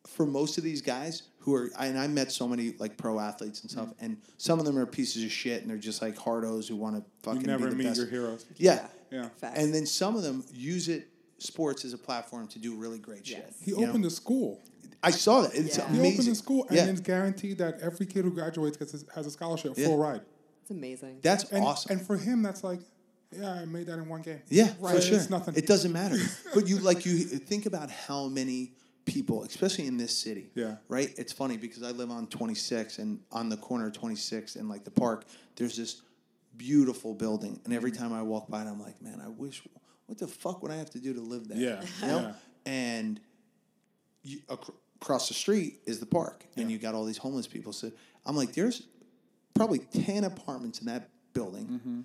Speaker 4: for most of these guys who are and I met so many like pro athletes and
Speaker 2: Mm.
Speaker 4: stuff and some of them are pieces of shit and they're just like hardos who want to
Speaker 2: You
Speaker 4: fucking
Speaker 2: never
Speaker 4: be the
Speaker 2: meet
Speaker 4: best.
Speaker 2: your heroes.
Speaker 4: Yeah.
Speaker 2: Yeah.
Speaker 3: Facts.
Speaker 4: And then some of them use it sports as a platform to do really great shit.
Speaker 3: Yes.
Speaker 2: He
Speaker 4: you know?
Speaker 2: opened a school.
Speaker 4: I saw that. It's
Speaker 3: Yeah. He
Speaker 2: He
Speaker 4: amazing.
Speaker 2: opened a school, and
Speaker 4: Yeah.
Speaker 2: then it's guaranteed that every kid who graduates gets a, has a scholarship,
Speaker 4: Yeah.
Speaker 2: full ride.
Speaker 3: it's amazing.
Speaker 4: That's
Speaker 2: And,
Speaker 4: awesome.
Speaker 2: And for him, that's like, yeah, I made that in one game.
Speaker 4: Yeah,
Speaker 3: Right.
Speaker 4: for sure.
Speaker 2: It's nothing.
Speaker 4: It
Speaker 2: <laughs>
Speaker 4: doesn't matter. But you like you think about how many people, especially in this city.
Speaker 2: Yeah.
Speaker 4: Right. It's funny because I live on 26 and on the corner of 26 and like the park. There's this beautiful building, and every time I walk by it, I'm like, man, I wish. What the fuck would I have to do to live there?
Speaker 2: Yeah,
Speaker 4: You know?
Speaker 2: yeah.
Speaker 4: And you, ac- across the street is the park, and you got all these homeless people. So I'm like, there's probably 10 apartments in that building
Speaker 2: Mm-hmm.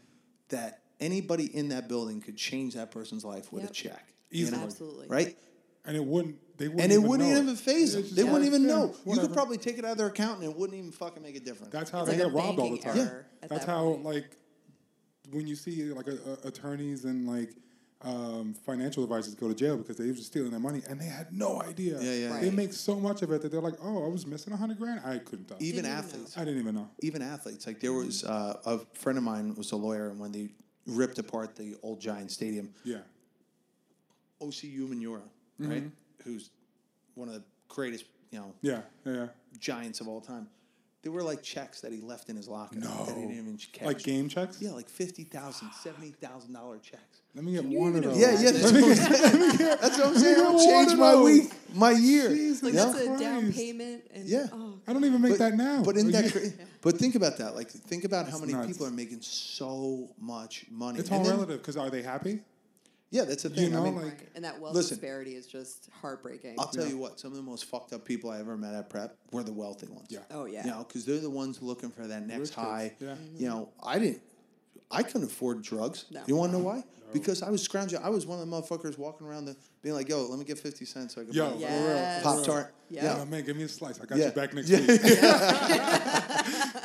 Speaker 4: that anybody in that building could change that person's life with a
Speaker 3: Yep.
Speaker 4: check.
Speaker 2: Easily.
Speaker 3: Absolutely.
Speaker 4: Right?
Speaker 2: And it wouldn't. They wouldn't.
Speaker 4: and it
Speaker 2: even
Speaker 4: wouldn't
Speaker 2: know
Speaker 4: even phase them.
Speaker 2: It's just
Speaker 4: They wouldn't
Speaker 2: like,
Speaker 4: even
Speaker 2: yeah,
Speaker 4: know. You
Speaker 2: whatever.
Speaker 4: could probably take it out of their account and it wouldn't even fucking make a difference.
Speaker 2: That's how
Speaker 3: It's
Speaker 2: they
Speaker 3: like a
Speaker 2: get robbed all the
Speaker 3: banking
Speaker 2: time.
Speaker 3: error Yeah. at
Speaker 2: That's
Speaker 3: that
Speaker 2: how
Speaker 3: point.
Speaker 2: like when you see like a, a- attorneys and like um, financial advisors go to jail because they were just stealing their money and they had no idea.
Speaker 4: Yeah, yeah,
Speaker 2: They
Speaker 3: Right.
Speaker 2: make so much of it that they're like, oh, I was missing a hundred grand. I couldn't tell.
Speaker 4: even
Speaker 3: Didn't even
Speaker 4: athletes.
Speaker 2: I didn't even know.
Speaker 4: Even athletes. Like
Speaker 2: Mm-hmm.
Speaker 4: there was uh, a friend of mine was a lawyer and when they ripped apart the old Giant Stadium,
Speaker 2: Yeah.
Speaker 4: OCU Manura, right? Who's one of the greatest, you know,
Speaker 2: Mm-hmm. Yeah. Yeah. yeah.
Speaker 4: giants of all time. There were like checks that he left in his locker
Speaker 2: No.
Speaker 4: that he didn't even catch.
Speaker 2: Like game checks.
Speaker 4: Yeah, like fifty thousand, seventy thousand dollar checks.
Speaker 2: Let me get
Speaker 3: you
Speaker 2: one of
Speaker 3: even
Speaker 2: those.
Speaker 4: Yeah, yeah, that's what I'm saying. That's what I'm saying. I'll change my week, my year.
Speaker 2: Jeez,
Speaker 3: like
Speaker 4: Yeah.
Speaker 3: that's a down
Speaker 2: Christ.
Speaker 3: payment and
Speaker 4: Yeah.
Speaker 3: oh,
Speaker 2: I don't even make
Speaker 4: But-
Speaker 2: that now.
Speaker 4: But in
Speaker 2: Like, <laughs>
Speaker 4: that, cra- but think about that. Like, think about how many
Speaker 2: nuts.
Speaker 4: people are making so much money.
Speaker 2: it's
Speaker 4: And
Speaker 2: all
Speaker 4: then-
Speaker 2: relative. Because are they happy?
Speaker 4: Yeah, that's the thing.
Speaker 2: know,
Speaker 4: I mean,
Speaker 2: like-
Speaker 3: right. and that wealth
Speaker 4: Listen.
Speaker 3: disparity is just heartbreaking.
Speaker 4: I'll tell you what. Some of the most fucked up people I ever met at prep were the wealthy ones.
Speaker 2: Yeah.
Speaker 3: oh yeah.
Speaker 4: You know, because they're the ones looking for that
Speaker 2: Rich
Speaker 4: next
Speaker 2: kids.
Speaker 4: high.
Speaker 2: Yeah.
Speaker 4: You know, I didn't. I couldn't afford drugs.
Speaker 3: No.
Speaker 4: You want to know why? Because I was scrounging. I was one of the motherfuckers walking around the, being like, "Yo, let me get fifty cents so I can
Speaker 2: Yo,
Speaker 4: buy
Speaker 2: for
Speaker 3: Yeah.
Speaker 2: real, for
Speaker 3: Yes.
Speaker 2: real.
Speaker 4: Pop Tart."
Speaker 3: Yeah.
Speaker 2: Oh, man, give me a slice. I got
Speaker 4: Yeah.
Speaker 2: you back next
Speaker 4: Yeah. <laughs>
Speaker 2: week.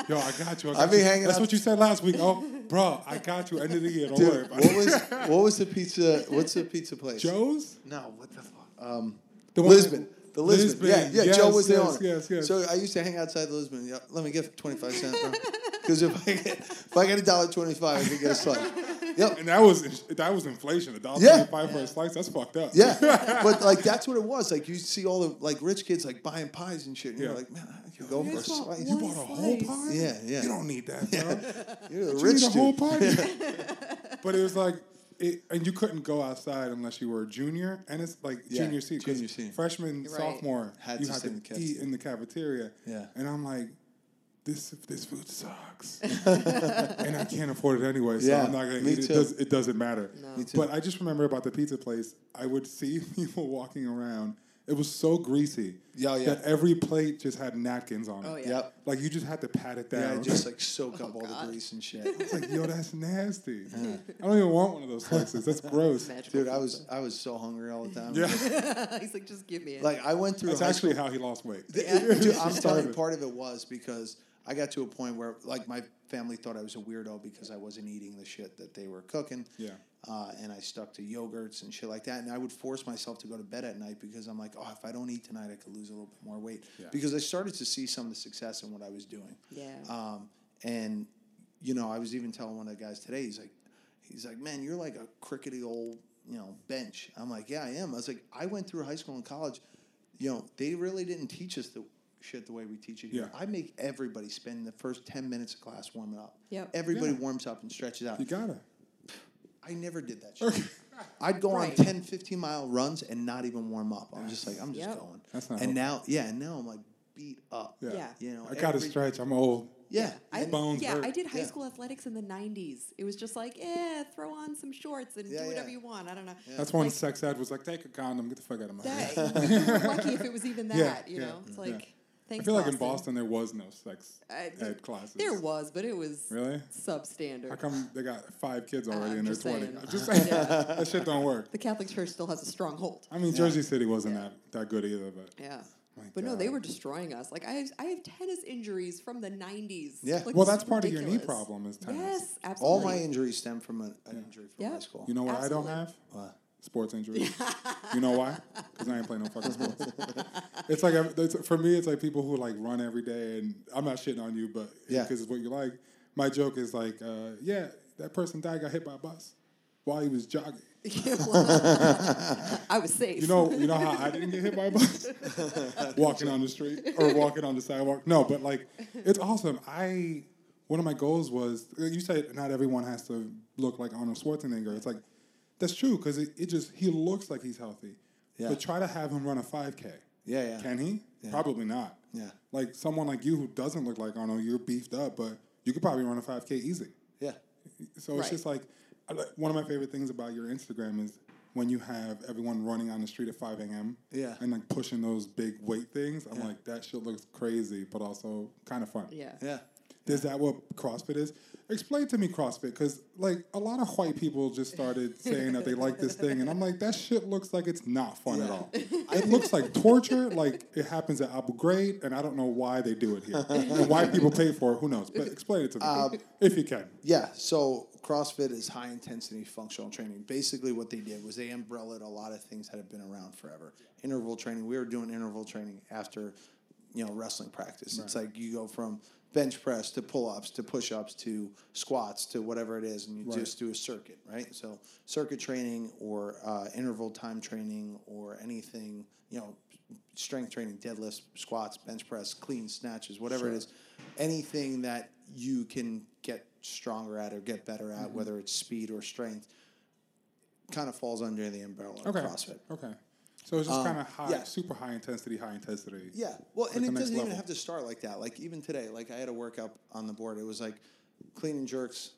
Speaker 2: Yo, I got you. I got
Speaker 4: I've been
Speaker 2: you.
Speaker 4: hanging
Speaker 2: That's
Speaker 4: out-
Speaker 2: what you said last week. Oh, bro, I got you. End of the year. Don't worry
Speaker 4: Dude,
Speaker 2: about
Speaker 4: what
Speaker 2: it.
Speaker 4: was
Speaker 2: <laughs>
Speaker 4: what was the pizza? What's the pizza place?
Speaker 2: Joe's?
Speaker 4: No, what the fuck? Um,
Speaker 2: The one-
Speaker 4: Lisbon. The Lisbon.
Speaker 2: Lisbon.
Speaker 4: Yeah, yeah.
Speaker 2: Yes,
Speaker 4: Joe was the
Speaker 2: yes,
Speaker 4: owner.
Speaker 2: yes, yes.
Speaker 4: So I used to hang outside Lisbon. Yeah, let me get twenty five cents, bro. Because if I get, if I get a dollar twenty five, I can get a slice. Yep.
Speaker 2: And that was that was inflation. A dollar
Speaker 4: Yeah.
Speaker 2: twenty-five for a slice. That's fucked up. <laughs>
Speaker 4: Yeah, but like that's what it was. Like you see all the like rich kids like buying pies and shit. And You're
Speaker 2: Yeah.
Speaker 4: like, man, I could go
Speaker 2: You
Speaker 4: for a
Speaker 2: just
Speaker 3: want
Speaker 4: slice.
Speaker 2: You
Speaker 3: one-
Speaker 2: bought a whole
Speaker 3: slice.
Speaker 2: pie?
Speaker 4: Yeah, yeah.
Speaker 2: You don't need that, bro.
Speaker 4: <laughs> You're a
Speaker 2: You
Speaker 4: rich
Speaker 2: need a whole
Speaker 4: dude.
Speaker 2: pie. <laughs>
Speaker 3: <laughs>
Speaker 2: but it was like, it, and you couldn't go outside unless you were a junior, and it's like
Speaker 4: Yeah,
Speaker 2: junior senior, 'cause
Speaker 4: junior, senior.
Speaker 2: freshman,
Speaker 3: Right.
Speaker 2: sophomore,
Speaker 4: Had
Speaker 2: you
Speaker 4: to
Speaker 2: had
Speaker 4: sit
Speaker 2: to
Speaker 4: in the cafeteria.
Speaker 2: eat in the cafeteria.
Speaker 4: Yeah.
Speaker 2: and I'm like. This, this food
Speaker 4: <laughs>
Speaker 2: sucks, and I can't afford it anyway, so
Speaker 4: Yeah,
Speaker 2: I'm not gonna
Speaker 4: me
Speaker 2: eat it.
Speaker 4: too.
Speaker 2: It, does, it doesn't matter.
Speaker 3: No.
Speaker 4: Me too.
Speaker 2: But I just remember about the pizza place. I would see <laughs> people walking around. It was so greasy
Speaker 4: Yeah, yeah.
Speaker 2: that every plate just had napkins on it.
Speaker 3: Oh yeah.
Speaker 4: Yep.
Speaker 2: Like you just had to pat it
Speaker 4: Yeah,
Speaker 2: down.
Speaker 4: I just like soak
Speaker 3: Oh,
Speaker 4: up all
Speaker 3: God.
Speaker 4: the grease and
Speaker 2: <laughs>
Speaker 4: shit.
Speaker 2: It's like, yo, that's nasty.
Speaker 3: <laughs>
Speaker 2: I don't even want one of those slices. That's gross.
Speaker 3: Magical
Speaker 4: Dude, I
Speaker 2: <laughs>
Speaker 4: was I was so hungry all the time.
Speaker 2: Yeah,
Speaker 3: <laughs> He's like, just give me it.
Speaker 4: Like I went through
Speaker 2: that's <laughs>
Speaker 4: high
Speaker 2: actually how he lost weight.
Speaker 4: Dude, I'm telling you,
Speaker 2: starving.
Speaker 4: part of it was because I got to a point where like my family thought I was a weirdo because I wasn't eating the shit that they were cooking.
Speaker 2: Yeah.
Speaker 4: Uh, and I stuck to yogurts and shit like that. And I would force myself to go to bed at night because I'm like, oh, if I don't eat tonight, I could lose a little bit more weight.
Speaker 2: Yeah.
Speaker 4: Because I started to see some of the success in what I was doing.
Speaker 3: Yeah.
Speaker 4: Um, and you know, I was even telling one of the guys today. He's like, he's like, man, you're like a crickety old, you know, bench. I'm like, yeah, I am. I was like, I went through high school and college. You know, they really didn't teach us the shit the way we teach it here.
Speaker 2: Yeah.
Speaker 4: I make everybody spend the first ten minutes of class warming up.
Speaker 3: Yep.
Speaker 4: Everybody
Speaker 2: Yeah.
Speaker 4: warms up and stretches out.
Speaker 2: You gotta.
Speaker 4: I never
Speaker 3: <laughs>
Speaker 4: did that shit. I'd go
Speaker 3: Right.
Speaker 4: on 10, 15 mile runs and not even warm up. I'm just like, I'm just
Speaker 3: Yep.
Speaker 4: going.
Speaker 2: That's not
Speaker 4: and
Speaker 2: helpful.
Speaker 4: now, yeah, and now I'm like beat up.
Speaker 2: Yeah.
Speaker 3: Yeah.
Speaker 4: You know,
Speaker 2: I gotta
Speaker 4: every-
Speaker 2: stretch. I'm old.
Speaker 4: Yeah.
Speaker 3: I,
Speaker 2: bones
Speaker 3: yeah,
Speaker 2: hurt.
Speaker 3: I did high
Speaker 4: Yeah.
Speaker 3: school athletics in the 90s. It was just like, eh, throw on some shorts and
Speaker 4: Yeah,
Speaker 3: do whatever
Speaker 4: yeah.
Speaker 3: you want. I don't know.
Speaker 2: That's when sex ed was like, take a condom, get the fuck out of my house.
Speaker 4: <laughs>
Speaker 3: That, you were lucky if
Speaker 2: <laughs>
Speaker 3: it was even that,
Speaker 2: Yeah,
Speaker 3: you
Speaker 2: yeah,
Speaker 3: know? It's
Speaker 2: yeah.
Speaker 3: like,
Speaker 2: I
Speaker 3: thanks,
Speaker 2: feel like in Boston there was no sex
Speaker 3: I-
Speaker 2: ed classes.
Speaker 3: There was, but it was
Speaker 2: Really?
Speaker 3: substandard.
Speaker 2: How come they got five kids already
Speaker 3: I'm
Speaker 2: in their
Speaker 3: just saying.
Speaker 2: twenties? Just saying.
Speaker 3: <laughs> Yeah.
Speaker 2: that shit don't work.
Speaker 3: The Catholic Church still has a strong hold.
Speaker 2: I mean, Jersey City wasn't
Speaker 3: Yeah.
Speaker 2: that, that good either, but
Speaker 3: Yeah.
Speaker 2: My
Speaker 3: But no, they
Speaker 2: God.
Speaker 3: were destroying us. Like I have, I have tennis injuries from the '90s.
Speaker 4: Yeah.
Speaker 3: Like,
Speaker 2: well,
Speaker 3: it's
Speaker 2: that's part of your knee
Speaker 3: ridiculous.
Speaker 2: problem is tennis.
Speaker 3: Yes,
Speaker 4: All
Speaker 3: absolutely. <laughs>
Speaker 4: my injuries stem from an, an injury from
Speaker 3: Yeah.
Speaker 4: high school.
Speaker 2: You know what I don't
Speaker 3: Absolutely.
Speaker 2: have? Sports injuries. you know why? Because I ain't playing no fucking sports. it's like I- it's, for me, it's like people who like run every day, and I'm not shitting on you, but
Speaker 4: Yeah.
Speaker 2: because it's what you like. My joke is like, uh, yeah, that person died, got hit by a bus while he was jogging.
Speaker 3: <laughs> I was safe.
Speaker 2: You know, you know how I didn't get hit by a
Speaker 4: <laughs>
Speaker 2: bus walking on the street or walking on the sidewalk. No, but like it's awesome. I one of my goals was you said not everyone has to look like Arnold Schwarzenegger. It's like that's true because it, it just he looks like he's healthy.
Speaker 4: Yeah.
Speaker 2: But try to have him run a five k.
Speaker 4: Yeah, yeah.
Speaker 2: Can he? Probably not.
Speaker 4: Yeah.
Speaker 2: Like someone like you who doesn't look like Arnold, you're beefed up, but you could probably run a five k easy.
Speaker 4: Yeah.
Speaker 2: So
Speaker 3: Right.
Speaker 2: it's just like I like- one of my favorite things about your Instagram is when you have everyone running on the street at 5 a.m.
Speaker 4: Yeah.
Speaker 2: and like pushing those big weight things. I'm like, that shit looks crazy, but also kind of fun.
Speaker 3: <laughs> Yeah.
Speaker 4: Yeah.
Speaker 2: Is that what CrossFit is? Explain to me CrossFit, because like a lot of white people just started saying that they like this thing, and I'm like, that shit looks like it's not fun at
Speaker 4: Yeah.
Speaker 2: all. It looks like torture. Like it happens at Abu Ghraib, and I don't know why they do it here. and why people pay for it, who knows? But explain it to me if you can.
Speaker 4: Yeah. So CrossFit is high intensity functional training. Basically, what they did was they umbrellaed a lot of things that have been around forever. Interval training. We were doing interval training after, you know, wrestling practice. It's like you go from bench press to pull ups to push ups to squats to whatever it is, and you just do a circuit, right? So circuit training or uh, interval time training or anything, you know, strength training, deadlifts, squats, bench press, clean snatches, whatever it is, anything that you can get stronger at or get better
Speaker 2: Mm-hmm.
Speaker 4: at, whether it's speed or strength, kind of falls under the umbrella
Speaker 2: Okay.
Speaker 4: of CrossFit.
Speaker 2: Okay. So it's just kind of high,
Speaker 4: yeah.
Speaker 2: super high intensity, high intensity.
Speaker 4: Yeah. Well, and
Speaker 2: the
Speaker 4: it
Speaker 2: next
Speaker 4: doesn't
Speaker 2: level.
Speaker 4: even have to start like that. Like even today, like I had a workout on the board. It was like clean and jerks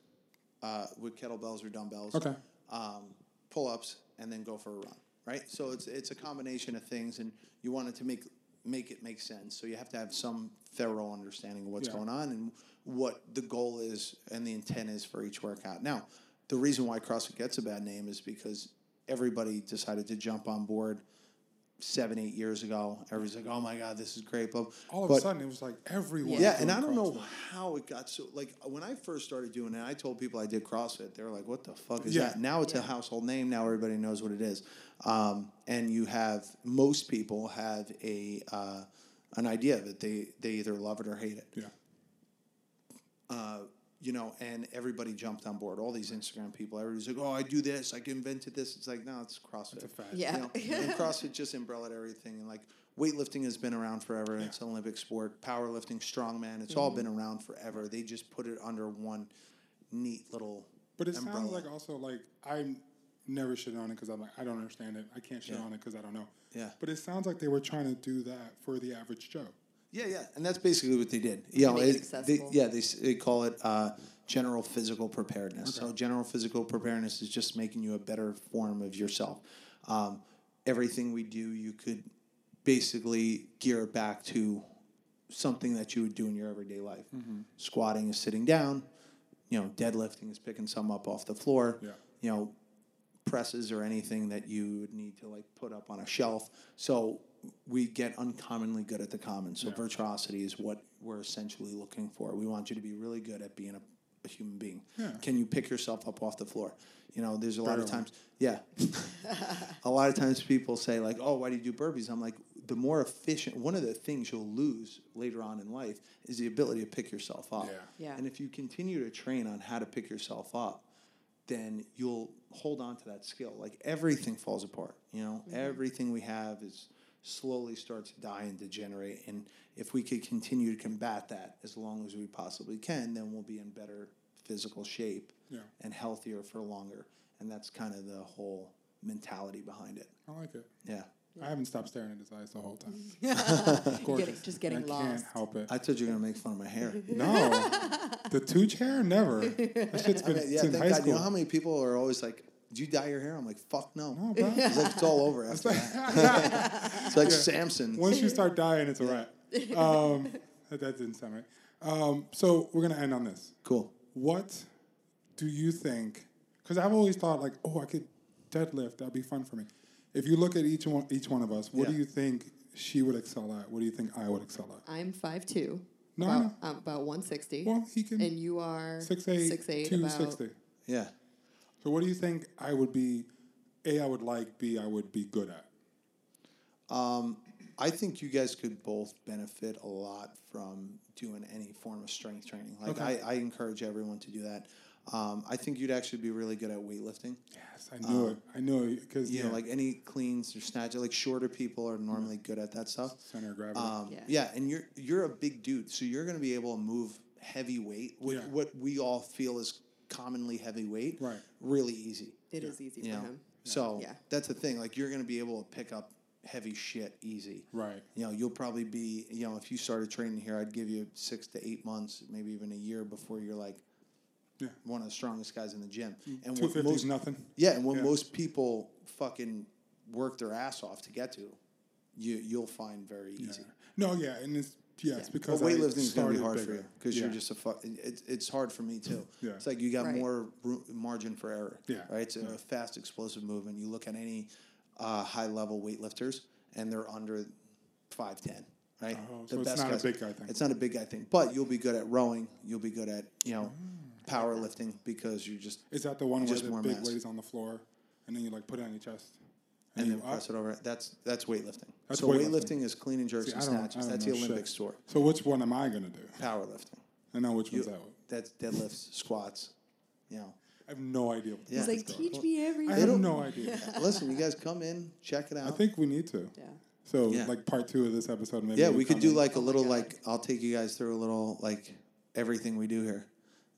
Speaker 4: uh, with kettlebells or dumbbells.
Speaker 2: Okay.
Speaker 4: Um, pull ups and then go for a run. Right. So it's it's a combination of things, and you want it to make make it make sense. So you have to have some thorough understanding of what's
Speaker 2: Yeah.
Speaker 4: going on and what the goal is and the intent is for each workout. Now, the reason why CrossFit gets a bad name is because everybody decided to jump on board seven, eight years ago. Everybody's like, "Oh my god, this is great!" But
Speaker 2: All of
Speaker 4: but-
Speaker 2: a sudden, it was like everyone.
Speaker 4: yeah,
Speaker 2: was doing
Speaker 4: and I don't know
Speaker 2: CrossFit.
Speaker 4: how it got so. Like when I first started doing it, I told people I did CrossFit. They were like, "What the fuck is
Speaker 2: Yeah.
Speaker 4: that?" Now it's a household name. Now everybody knows what it is. Um, and you have most people have a uh, an idea of it. They they either love it or hate it
Speaker 2: Yeah.
Speaker 4: uh, you know, and everybody jumped on board. All these Instagram people, everybody's like, "Oh, I do this. I invented this." It's like, no, it's CrossFit. It's a
Speaker 2: fact.
Speaker 3: Yeah. <laughs>
Speaker 4: and CrossFit just umbrellaed everything. And like weightlifting has been around forever. and It's an Olympic sport. Powerlifting, strongman, it's
Speaker 3: Mm-hmm.
Speaker 4: all been around forever. They just put it under one neat little.
Speaker 2: But it sounds
Speaker 4: umbrella.
Speaker 2: like also like I'm never shit on it because I'm like I don't understand it. I can't shit on it because I don't know.
Speaker 4: Yeah.
Speaker 2: But it sounds like they were trying to do that for the average Joe.
Speaker 4: Yeah, yeah, and that's basically what they did. You know,
Speaker 3: make it
Speaker 4: it- they,
Speaker 3: accessible.
Speaker 4: yeah, they, s- they call it uh, general physical preparedness. So general physical preparedness is just making you a better form of yourself. Um, everything we do, you could basically gear it back to something that you would do in your everyday life. Squatting is sitting down. You know, deadlifting is picking some up off the floor.
Speaker 2: Yeah.
Speaker 4: You know, presses or anything that you would need to like put up on a shelf. So we get uncommonly good at the commons. So virtuosity is what we're essentially looking for. We want you to be really good at being a, a human being. Can you pick yourself up off the floor? You know, there's a lot of times, yeah. <laughs> a lot of times people say like, "Oh, why do you do burpees?" I'm like, the more efficient. One of the things you'll lose later on in life is the ability to pick yourself up.
Speaker 2: Yeah.
Speaker 3: Yeah.
Speaker 4: And if you continue to train on how to pick yourself up, then you'll hold on to that skill. Like everything falls apart. You know, everything we have is slowly starts to die and degenerate. And if we could continue to combat that as long as we possibly can, then we'll be in better physical shape
Speaker 2: Yeah.
Speaker 4: and healthier for longer. And that's kind of the whole mentality behind it.
Speaker 2: I like it.
Speaker 4: Yeah.
Speaker 2: I haven't stopped staring at his eyes the
Speaker 3: <laughs>
Speaker 2: whole time.
Speaker 3: Getting, just getting
Speaker 2: I
Speaker 3: lost.
Speaker 2: can't help it.
Speaker 4: I told you you're gonna make fun of my hair.
Speaker 2: no, the two chair never. That
Speaker 4: <laughs>
Speaker 2: shit's been
Speaker 4: yeah,
Speaker 2: since
Speaker 4: thank
Speaker 2: high
Speaker 4: God.
Speaker 2: school.
Speaker 4: You know how many people are always like, "Do you dye your hair?" I'm like, "Fuck no."
Speaker 2: No,
Speaker 4: <laughs>
Speaker 2: bro.
Speaker 4: It's like it's all over after that. It's like Samson.
Speaker 2: Once you start dying, it's a wrap. Um, that, that didn't sound right. Um, so we're gonna end on this.
Speaker 4: Cool.
Speaker 2: What do you think? Because I've always thought like, oh, I could deadlift. That'd be fun for me. If you look at each one, each one of us, what do
Speaker 4: Yeah.
Speaker 2: you think she would excel at? What do you think I would excel at?
Speaker 3: I'm 5'2",
Speaker 2: No, I
Speaker 3: about,
Speaker 2: know.
Speaker 3: um, about 160.
Speaker 2: Well, he can
Speaker 3: and you are
Speaker 2: six eight,
Speaker 3: 6'8",
Speaker 2: two
Speaker 3: about-
Speaker 2: sixty.
Speaker 4: Yeah.
Speaker 2: So what do you think I would be? A, I would like. B, I would be good at.
Speaker 4: I think you guys could both benefit a lot from doing any form of strength training. Like I, I encourage everyone to do that. Um, I think you'd actually be really good at weightlifting.
Speaker 2: Yes, I knew it. I knew it because
Speaker 4: You
Speaker 2: yeah,
Speaker 4: know, like any cleans or snatches. Like shorter people are normally good at that stuff.
Speaker 2: center of gravity.
Speaker 4: Um, yeah.
Speaker 3: Yeah.
Speaker 4: and you're you're a big dude, so you're going to be able to move heavy weight. What,
Speaker 2: Yeah.
Speaker 4: what we all feel is commonly heavy weight,
Speaker 2: Right.
Speaker 4: Really easy.
Speaker 3: It is easy
Speaker 4: You
Speaker 3: for
Speaker 4: know?
Speaker 3: him.
Speaker 4: So
Speaker 3: Yeah.
Speaker 4: that's the thing. Like you're going to be able to pick up heavy shit easy.
Speaker 2: Right.
Speaker 4: You know, you'll probably be. You know, if you started training here, I'd give you six to eight months, maybe even a year before you're like
Speaker 2: Yeah.
Speaker 4: one of the strongest guys in the gym. And
Speaker 2: Mm, Two
Speaker 4: what
Speaker 2: fifty is
Speaker 4: most
Speaker 2: nothing.
Speaker 4: yeah, and when
Speaker 2: Yeah.
Speaker 4: most people fucking work their ass off to get to, you you'll find very easy.
Speaker 2: No, yeah, and it's yeah, it's because
Speaker 4: But weightlifting
Speaker 2: is
Speaker 4: is going to be hard for you because
Speaker 2: yeah.
Speaker 4: you're just a fuck. It, it's hard for me too.
Speaker 2: Yeah.
Speaker 4: It's like you got
Speaker 3: Right.
Speaker 4: more ro- margin for error.
Speaker 2: Yeah.
Speaker 4: Right. It's a fast, explosive movement. You look at any uh, high level weightlifters, and they're under five ten. Right.
Speaker 2: Oh, so it's not a big guy thing.
Speaker 4: It's not a big guy thing. But you'll be good at rowing. You'll be good at you know
Speaker 2: Mm.
Speaker 4: powerlifting because you're just
Speaker 2: Is that the one where
Speaker 4: Just
Speaker 2: the
Speaker 4: more
Speaker 2: big
Speaker 4: mass.
Speaker 2: weight is on the floor, and then you like put it on your chest,
Speaker 4: and then
Speaker 2: you up?
Speaker 4: press it over. That's that's weightlifting.
Speaker 2: That's
Speaker 4: so
Speaker 2: weightlifting.
Speaker 4: weightlifting. is clean and jerks
Speaker 2: See,
Speaker 4: and
Speaker 2: I don't- I
Speaker 4: snatches.
Speaker 2: don't
Speaker 4: That's
Speaker 2: know
Speaker 4: the Olympic
Speaker 2: shit.
Speaker 4: sport.
Speaker 2: So which one am I gonna do?
Speaker 4: Powerlifting.
Speaker 2: I know which one's that one.
Speaker 4: That's deadlifts, squats. You know.
Speaker 2: I have no idea. What
Speaker 4: Yeah.
Speaker 3: He's like, teach me
Speaker 2: I
Speaker 3: everything.
Speaker 2: have
Speaker 4: don't-
Speaker 2: no idea.
Speaker 4: Listen, you guys come in, check it out.
Speaker 2: I think we need to.
Speaker 3: Yeah.
Speaker 2: So
Speaker 4: Yeah.
Speaker 2: like part two of this episode, maybe.
Speaker 4: yeah, we could
Speaker 2: come
Speaker 4: do
Speaker 2: in.
Speaker 4: like a
Speaker 3: Oh my
Speaker 4: little
Speaker 3: God.
Speaker 4: like I'll take you guys through a little like everything we do here.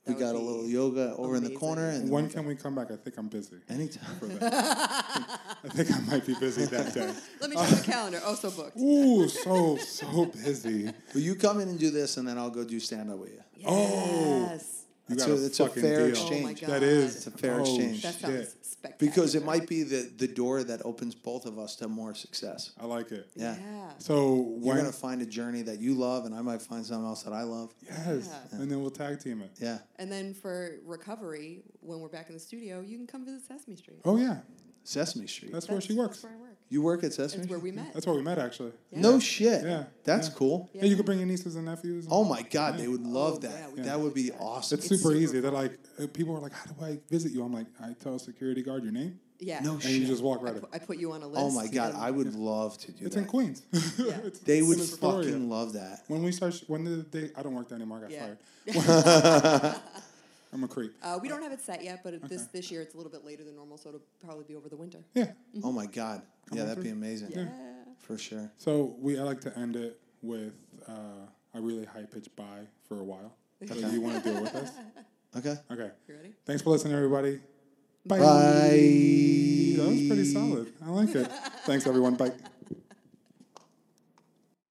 Speaker 3: That
Speaker 4: we
Speaker 3: would
Speaker 4: got a
Speaker 3: be
Speaker 4: little yoga over in the corner
Speaker 3: amazing.
Speaker 4: and
Speaker 2: When can we come back? I think I'm busy.
Speaker 3: <laughs>
Speaker 4: anytime.
Speaker 2: For
Speaker 4: <laughs>
Speaker 2: that. I think I might be busy that day.
Speaker 3: Let me check the calendar. Oh, so booked.
Speaker 2: Ooh, so so busy.
Speaker 4: Will you come in and do this and then I'll go do stand up with you?
Speaker 2: Oh.
Speaker 3: Yes.
Speaker 2: You
Speaker 4: That's
Speaker 2: got
Speaker 4: a- it's a
Speaker 2: fucking
Speaker 4: fair
Speaker 2: deal.
Speaker 3: Oh
Speaker 4: exchange.
Speaker 3: my
Speaker 2: That
Speaker 3: God.
Speaker 2: is
Speaker 3: It's
Speaker 4: a fair
Speaker 2: oh,
Speaker 4: exchange.
Speaker 3: That
Speaker 2: shit.
Speaker 3: sounds spectacular.
Speaker 4: Because it might be the, the door that opens both of us to more success.
Speaker 2: I like it.
Speaker 4: Yeah.
Speaker 3: Yeah.
Speaker 2: So
Speaker 4: You're
Speaker 2: when
Speaker 4: gonna find a journey that you love and I might find something else that I love.
Speaker 2: yes,
Speaker 3: Yeah.
Speaker 2: and then we'll tag team it.
Speaker 4: Yeah.
Speaker 3: And then for recovery, when we're back in the studio, you can come visit Sesame Street.
Speaker 2: Oh yeah,
Speaker 4: Sesame Street.
Speaker 2: that's, where she works.
Speaker 3: That's where I work.
Speaker 4: you work at Sesame
Speaker 3: It's where
Speaker 4: Street?
Speaker 3: we met.
Speaker 2: That's where we met actually.
Speaker 3: Yeah.
Speaker 4: No shit.
Speaker 2: Yeah.
Speaker 4: That's
Speaker 2: Yeah.
Speaker 4: cool.
Speaker 2: Yeah, you could bring your nieces and nephews. and-
Speaker 4: Oh my god, they would love
Speaker 3: Oh, yeah,
Speaker 4: that.
Speaker 3: we
Speaker 4: that
Speaker 3: could
Speaker 4: would
Speaker 3: do
Speaker 4: be
Speaker 3: that.
Speaker 4: awesome.
Speaker 2: It's,
Speaker 3: It's
Speaker 2: super,
Speaker 3: super
Speaker 2: easy. They're like, uh, people are like, "How do I visit you?" I'm like, "I tell a security guard your name,
Speaker 3: Yeah.
Speaker 4: No
Speaker 2: and
Speaker 4: shit.
Speaker 2: you just walk
Speaker 3: Oh, I
Speaker 2: right in."
Speaker 3: put, I put you on a list.
Speaker 4: oh my god,
Speaker 3: and-
Speaker 4: I would love to do
Speaker 2: It's
Speaker 4: that.
Speaker 2: in Queens. <laughs> It's-
Speaker 4: They would
Speaker 2: in Astoria.
Speaker 4: fucking
Speaker 2: <laughs>
Speaker 4: love that. <laughs>
Speaker 2: When we start, when did they? I don't work there anymore. I got
Speaker 3: Yeah.
Speaker 2: fired. I'm a creep.
Speaker 3: Uh, we don't have it set yet, but it this this year it's a little bit later than normal, so it'll probably be over the winter.
Speaker 2: Yeah.
Speaker 4: Oh my god. yeah,
Speaker 2: on
Speaker 4: that'd be
Speaker 2: through.
Speaker 4: amazing.
Speaker 3: Yeah.
Speaker 4: For sure.
Speaker 2: So we I like to end it with uh, a really high pitched bye for a while. So you want to do it with us?
Speaker 4: Okay.
Speaker 2: Okay.
Speaker 3: You ready?
Speaker 2: Thanks for listening, everybody. Bye.
Speaker 4: Bye.
Speaker 2: That was pretty solid. I like it. Thanks, everyone. Bye.